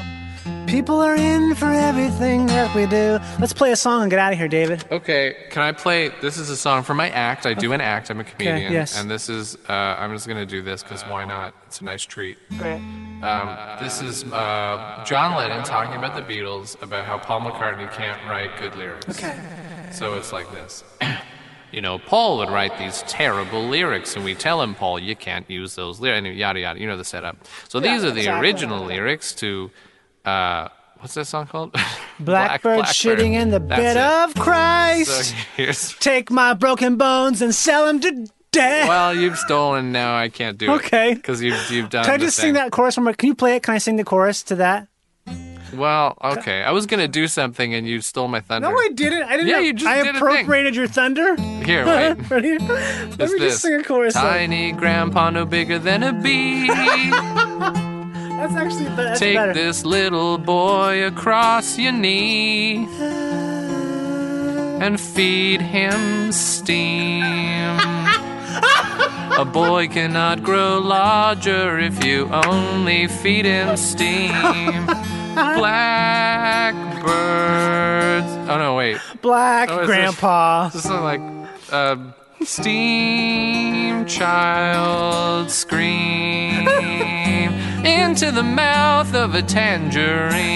People are in for everything that we do. Let's play a song and get out of here, David.
Okay, can I play? This is a song from my act. I do an act. I'm a comedian,
yes.
and this is. Uh, I'm just gonna do this because why not? It's a nice treat.
Great.
Um, this is uh, John Lennon talking about the Beatles, about how Paul McCartney can't write good lyrics. Okay. So it's like this. *clears throat* You know, Paul would write these terrible lyrics, and we tell him, Paul, you can't use those lyrics. Anyway, yada yada. You know the setup. So
Yeah,
these are the
exactly.
original lyrics to. Uh, what's that song called? *laughs* Black-
Blackbird shitting in the
That's
bed
it.
of Christ.
So here's
Take my broken bones and sell them to death.
Well, you've stolen. No, I can't do it.
*laughs* Okay.
Because you've you've done.
Can I
the
just
thing.
sing that chorus one more? Can you play it? Can I sing the chorus to that?
Well, okay. I was gonna do something and you stole my thunder.
No, I didn't. I didn't.
Yeah,
have-
you just
I
did a thing.
appropriated your thunder. *laughs*
Here, wait.
Ready? Let
It's
me
this.
just sing a chorus. then.
Tiny grandpa, no bigger than a bee.
That's actually be- that's
Take
better.
this little boy across your knee and feed him steam. a boy cannot grow larger if you only feed him steam. Blackbirds. Oh no, wait.
Black
Oh, is this-
grandpa.
This is like um, steam child scream into the mouth of a tangerine.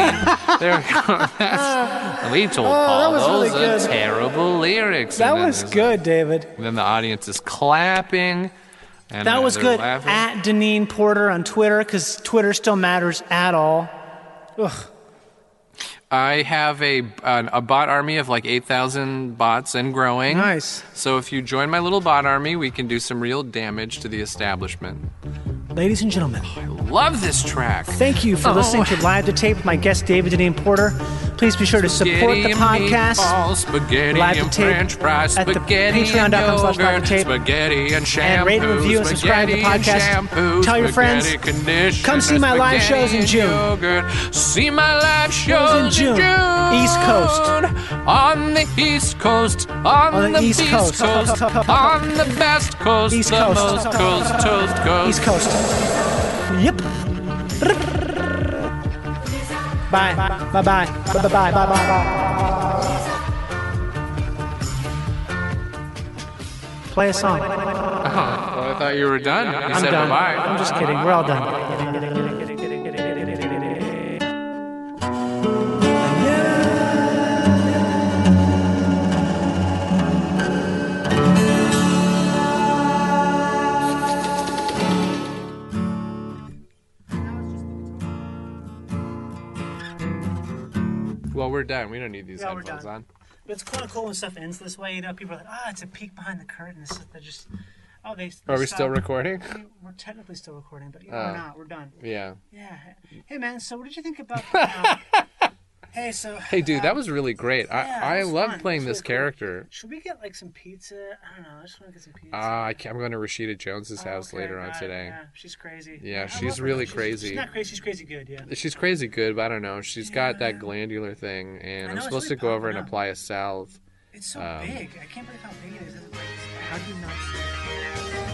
There we go. That's, we told
Oh, that
Paul
was really
those are
good.
terrible lyrics.
That
And then
was
there's-
good, David.
and then the audience is clapping. And
that
uh,
was
they're
good.
laughing.
At Deneen Porter on Twitter, because Twitter still matters at all. Ugh.
I have a an, a bot army of like eight thousand bots and growing.
Nice.
So if you join my little bot army, we can do some real damage to the establishment.
Ladies and gentlemen,
Love this track.
thank
Oh.
you for listening to Live to Tape with my guest, David Deneen Porter. Please be sure to support the
Spaghetti and meatballs,
podcast.
Spaghetti
Live to
and
tape
French fries,
at the
spaghetti and
patreon.com slash live
yogurt,
to tape.
spaghetti and
and
shampoo,
rate and review and subscribe to the
spaghetti
podcast.
and shampoo,
Tell your friends.
spaghetti conditioner,
Come see my live
spaghetti
shows in
and
June.
Yogurt. See my live
Shows
shows
in June. East Coast.
on the East Coast, on,
On the East Coast.
on the best coast,
East
the
Coast.
most coast, toast coast,
East Coast. Yep. Bye. Bye. Bye. Bye. Bye. Bye. Bye. Play a song.
well, I thought you were done. You
I'm
said
done.
bye-bye.
I'm just kidding. We're all done.
Well, we're done. We don't need these
Yeah, we're
headphones
done.
on.
But it's kind of cool when stuff ends this way. You know, people are like, ah, it's a peek behind the curtain. It's just- They're just, oh, they. they
Are we
stopped.
still recording?
We- We're technically still recording, but you know,
Oh.
we're not. We're done.
Yeah.
Yeah. Hey, man. So, what did you think
*laughs*
about? uh, hey, so.
Hey, dude, that was really great. I,
yeah,
I
it was
love
fun.
playing
It was
this character.
Should we get like some pizza? I don't know. I just want to get some pizza. Oh,
Uh, I can't, I'm going to Rashida Jones's house
Okay,
later on
got it.
today.
Yeah, she's crazy.
Yeah,
I
she's
love her.
really
She's-
crazy.
She's not crazy. She's crazy good. Yeah.
She's crazy good, but I don't know. She's got that glandular thing, and
I
I'm
know, it's
supposed
really
to go over and
popping up.
apply a salve.
It's so
um,
big. I can't believe how big it is. It's like- How do you not see it?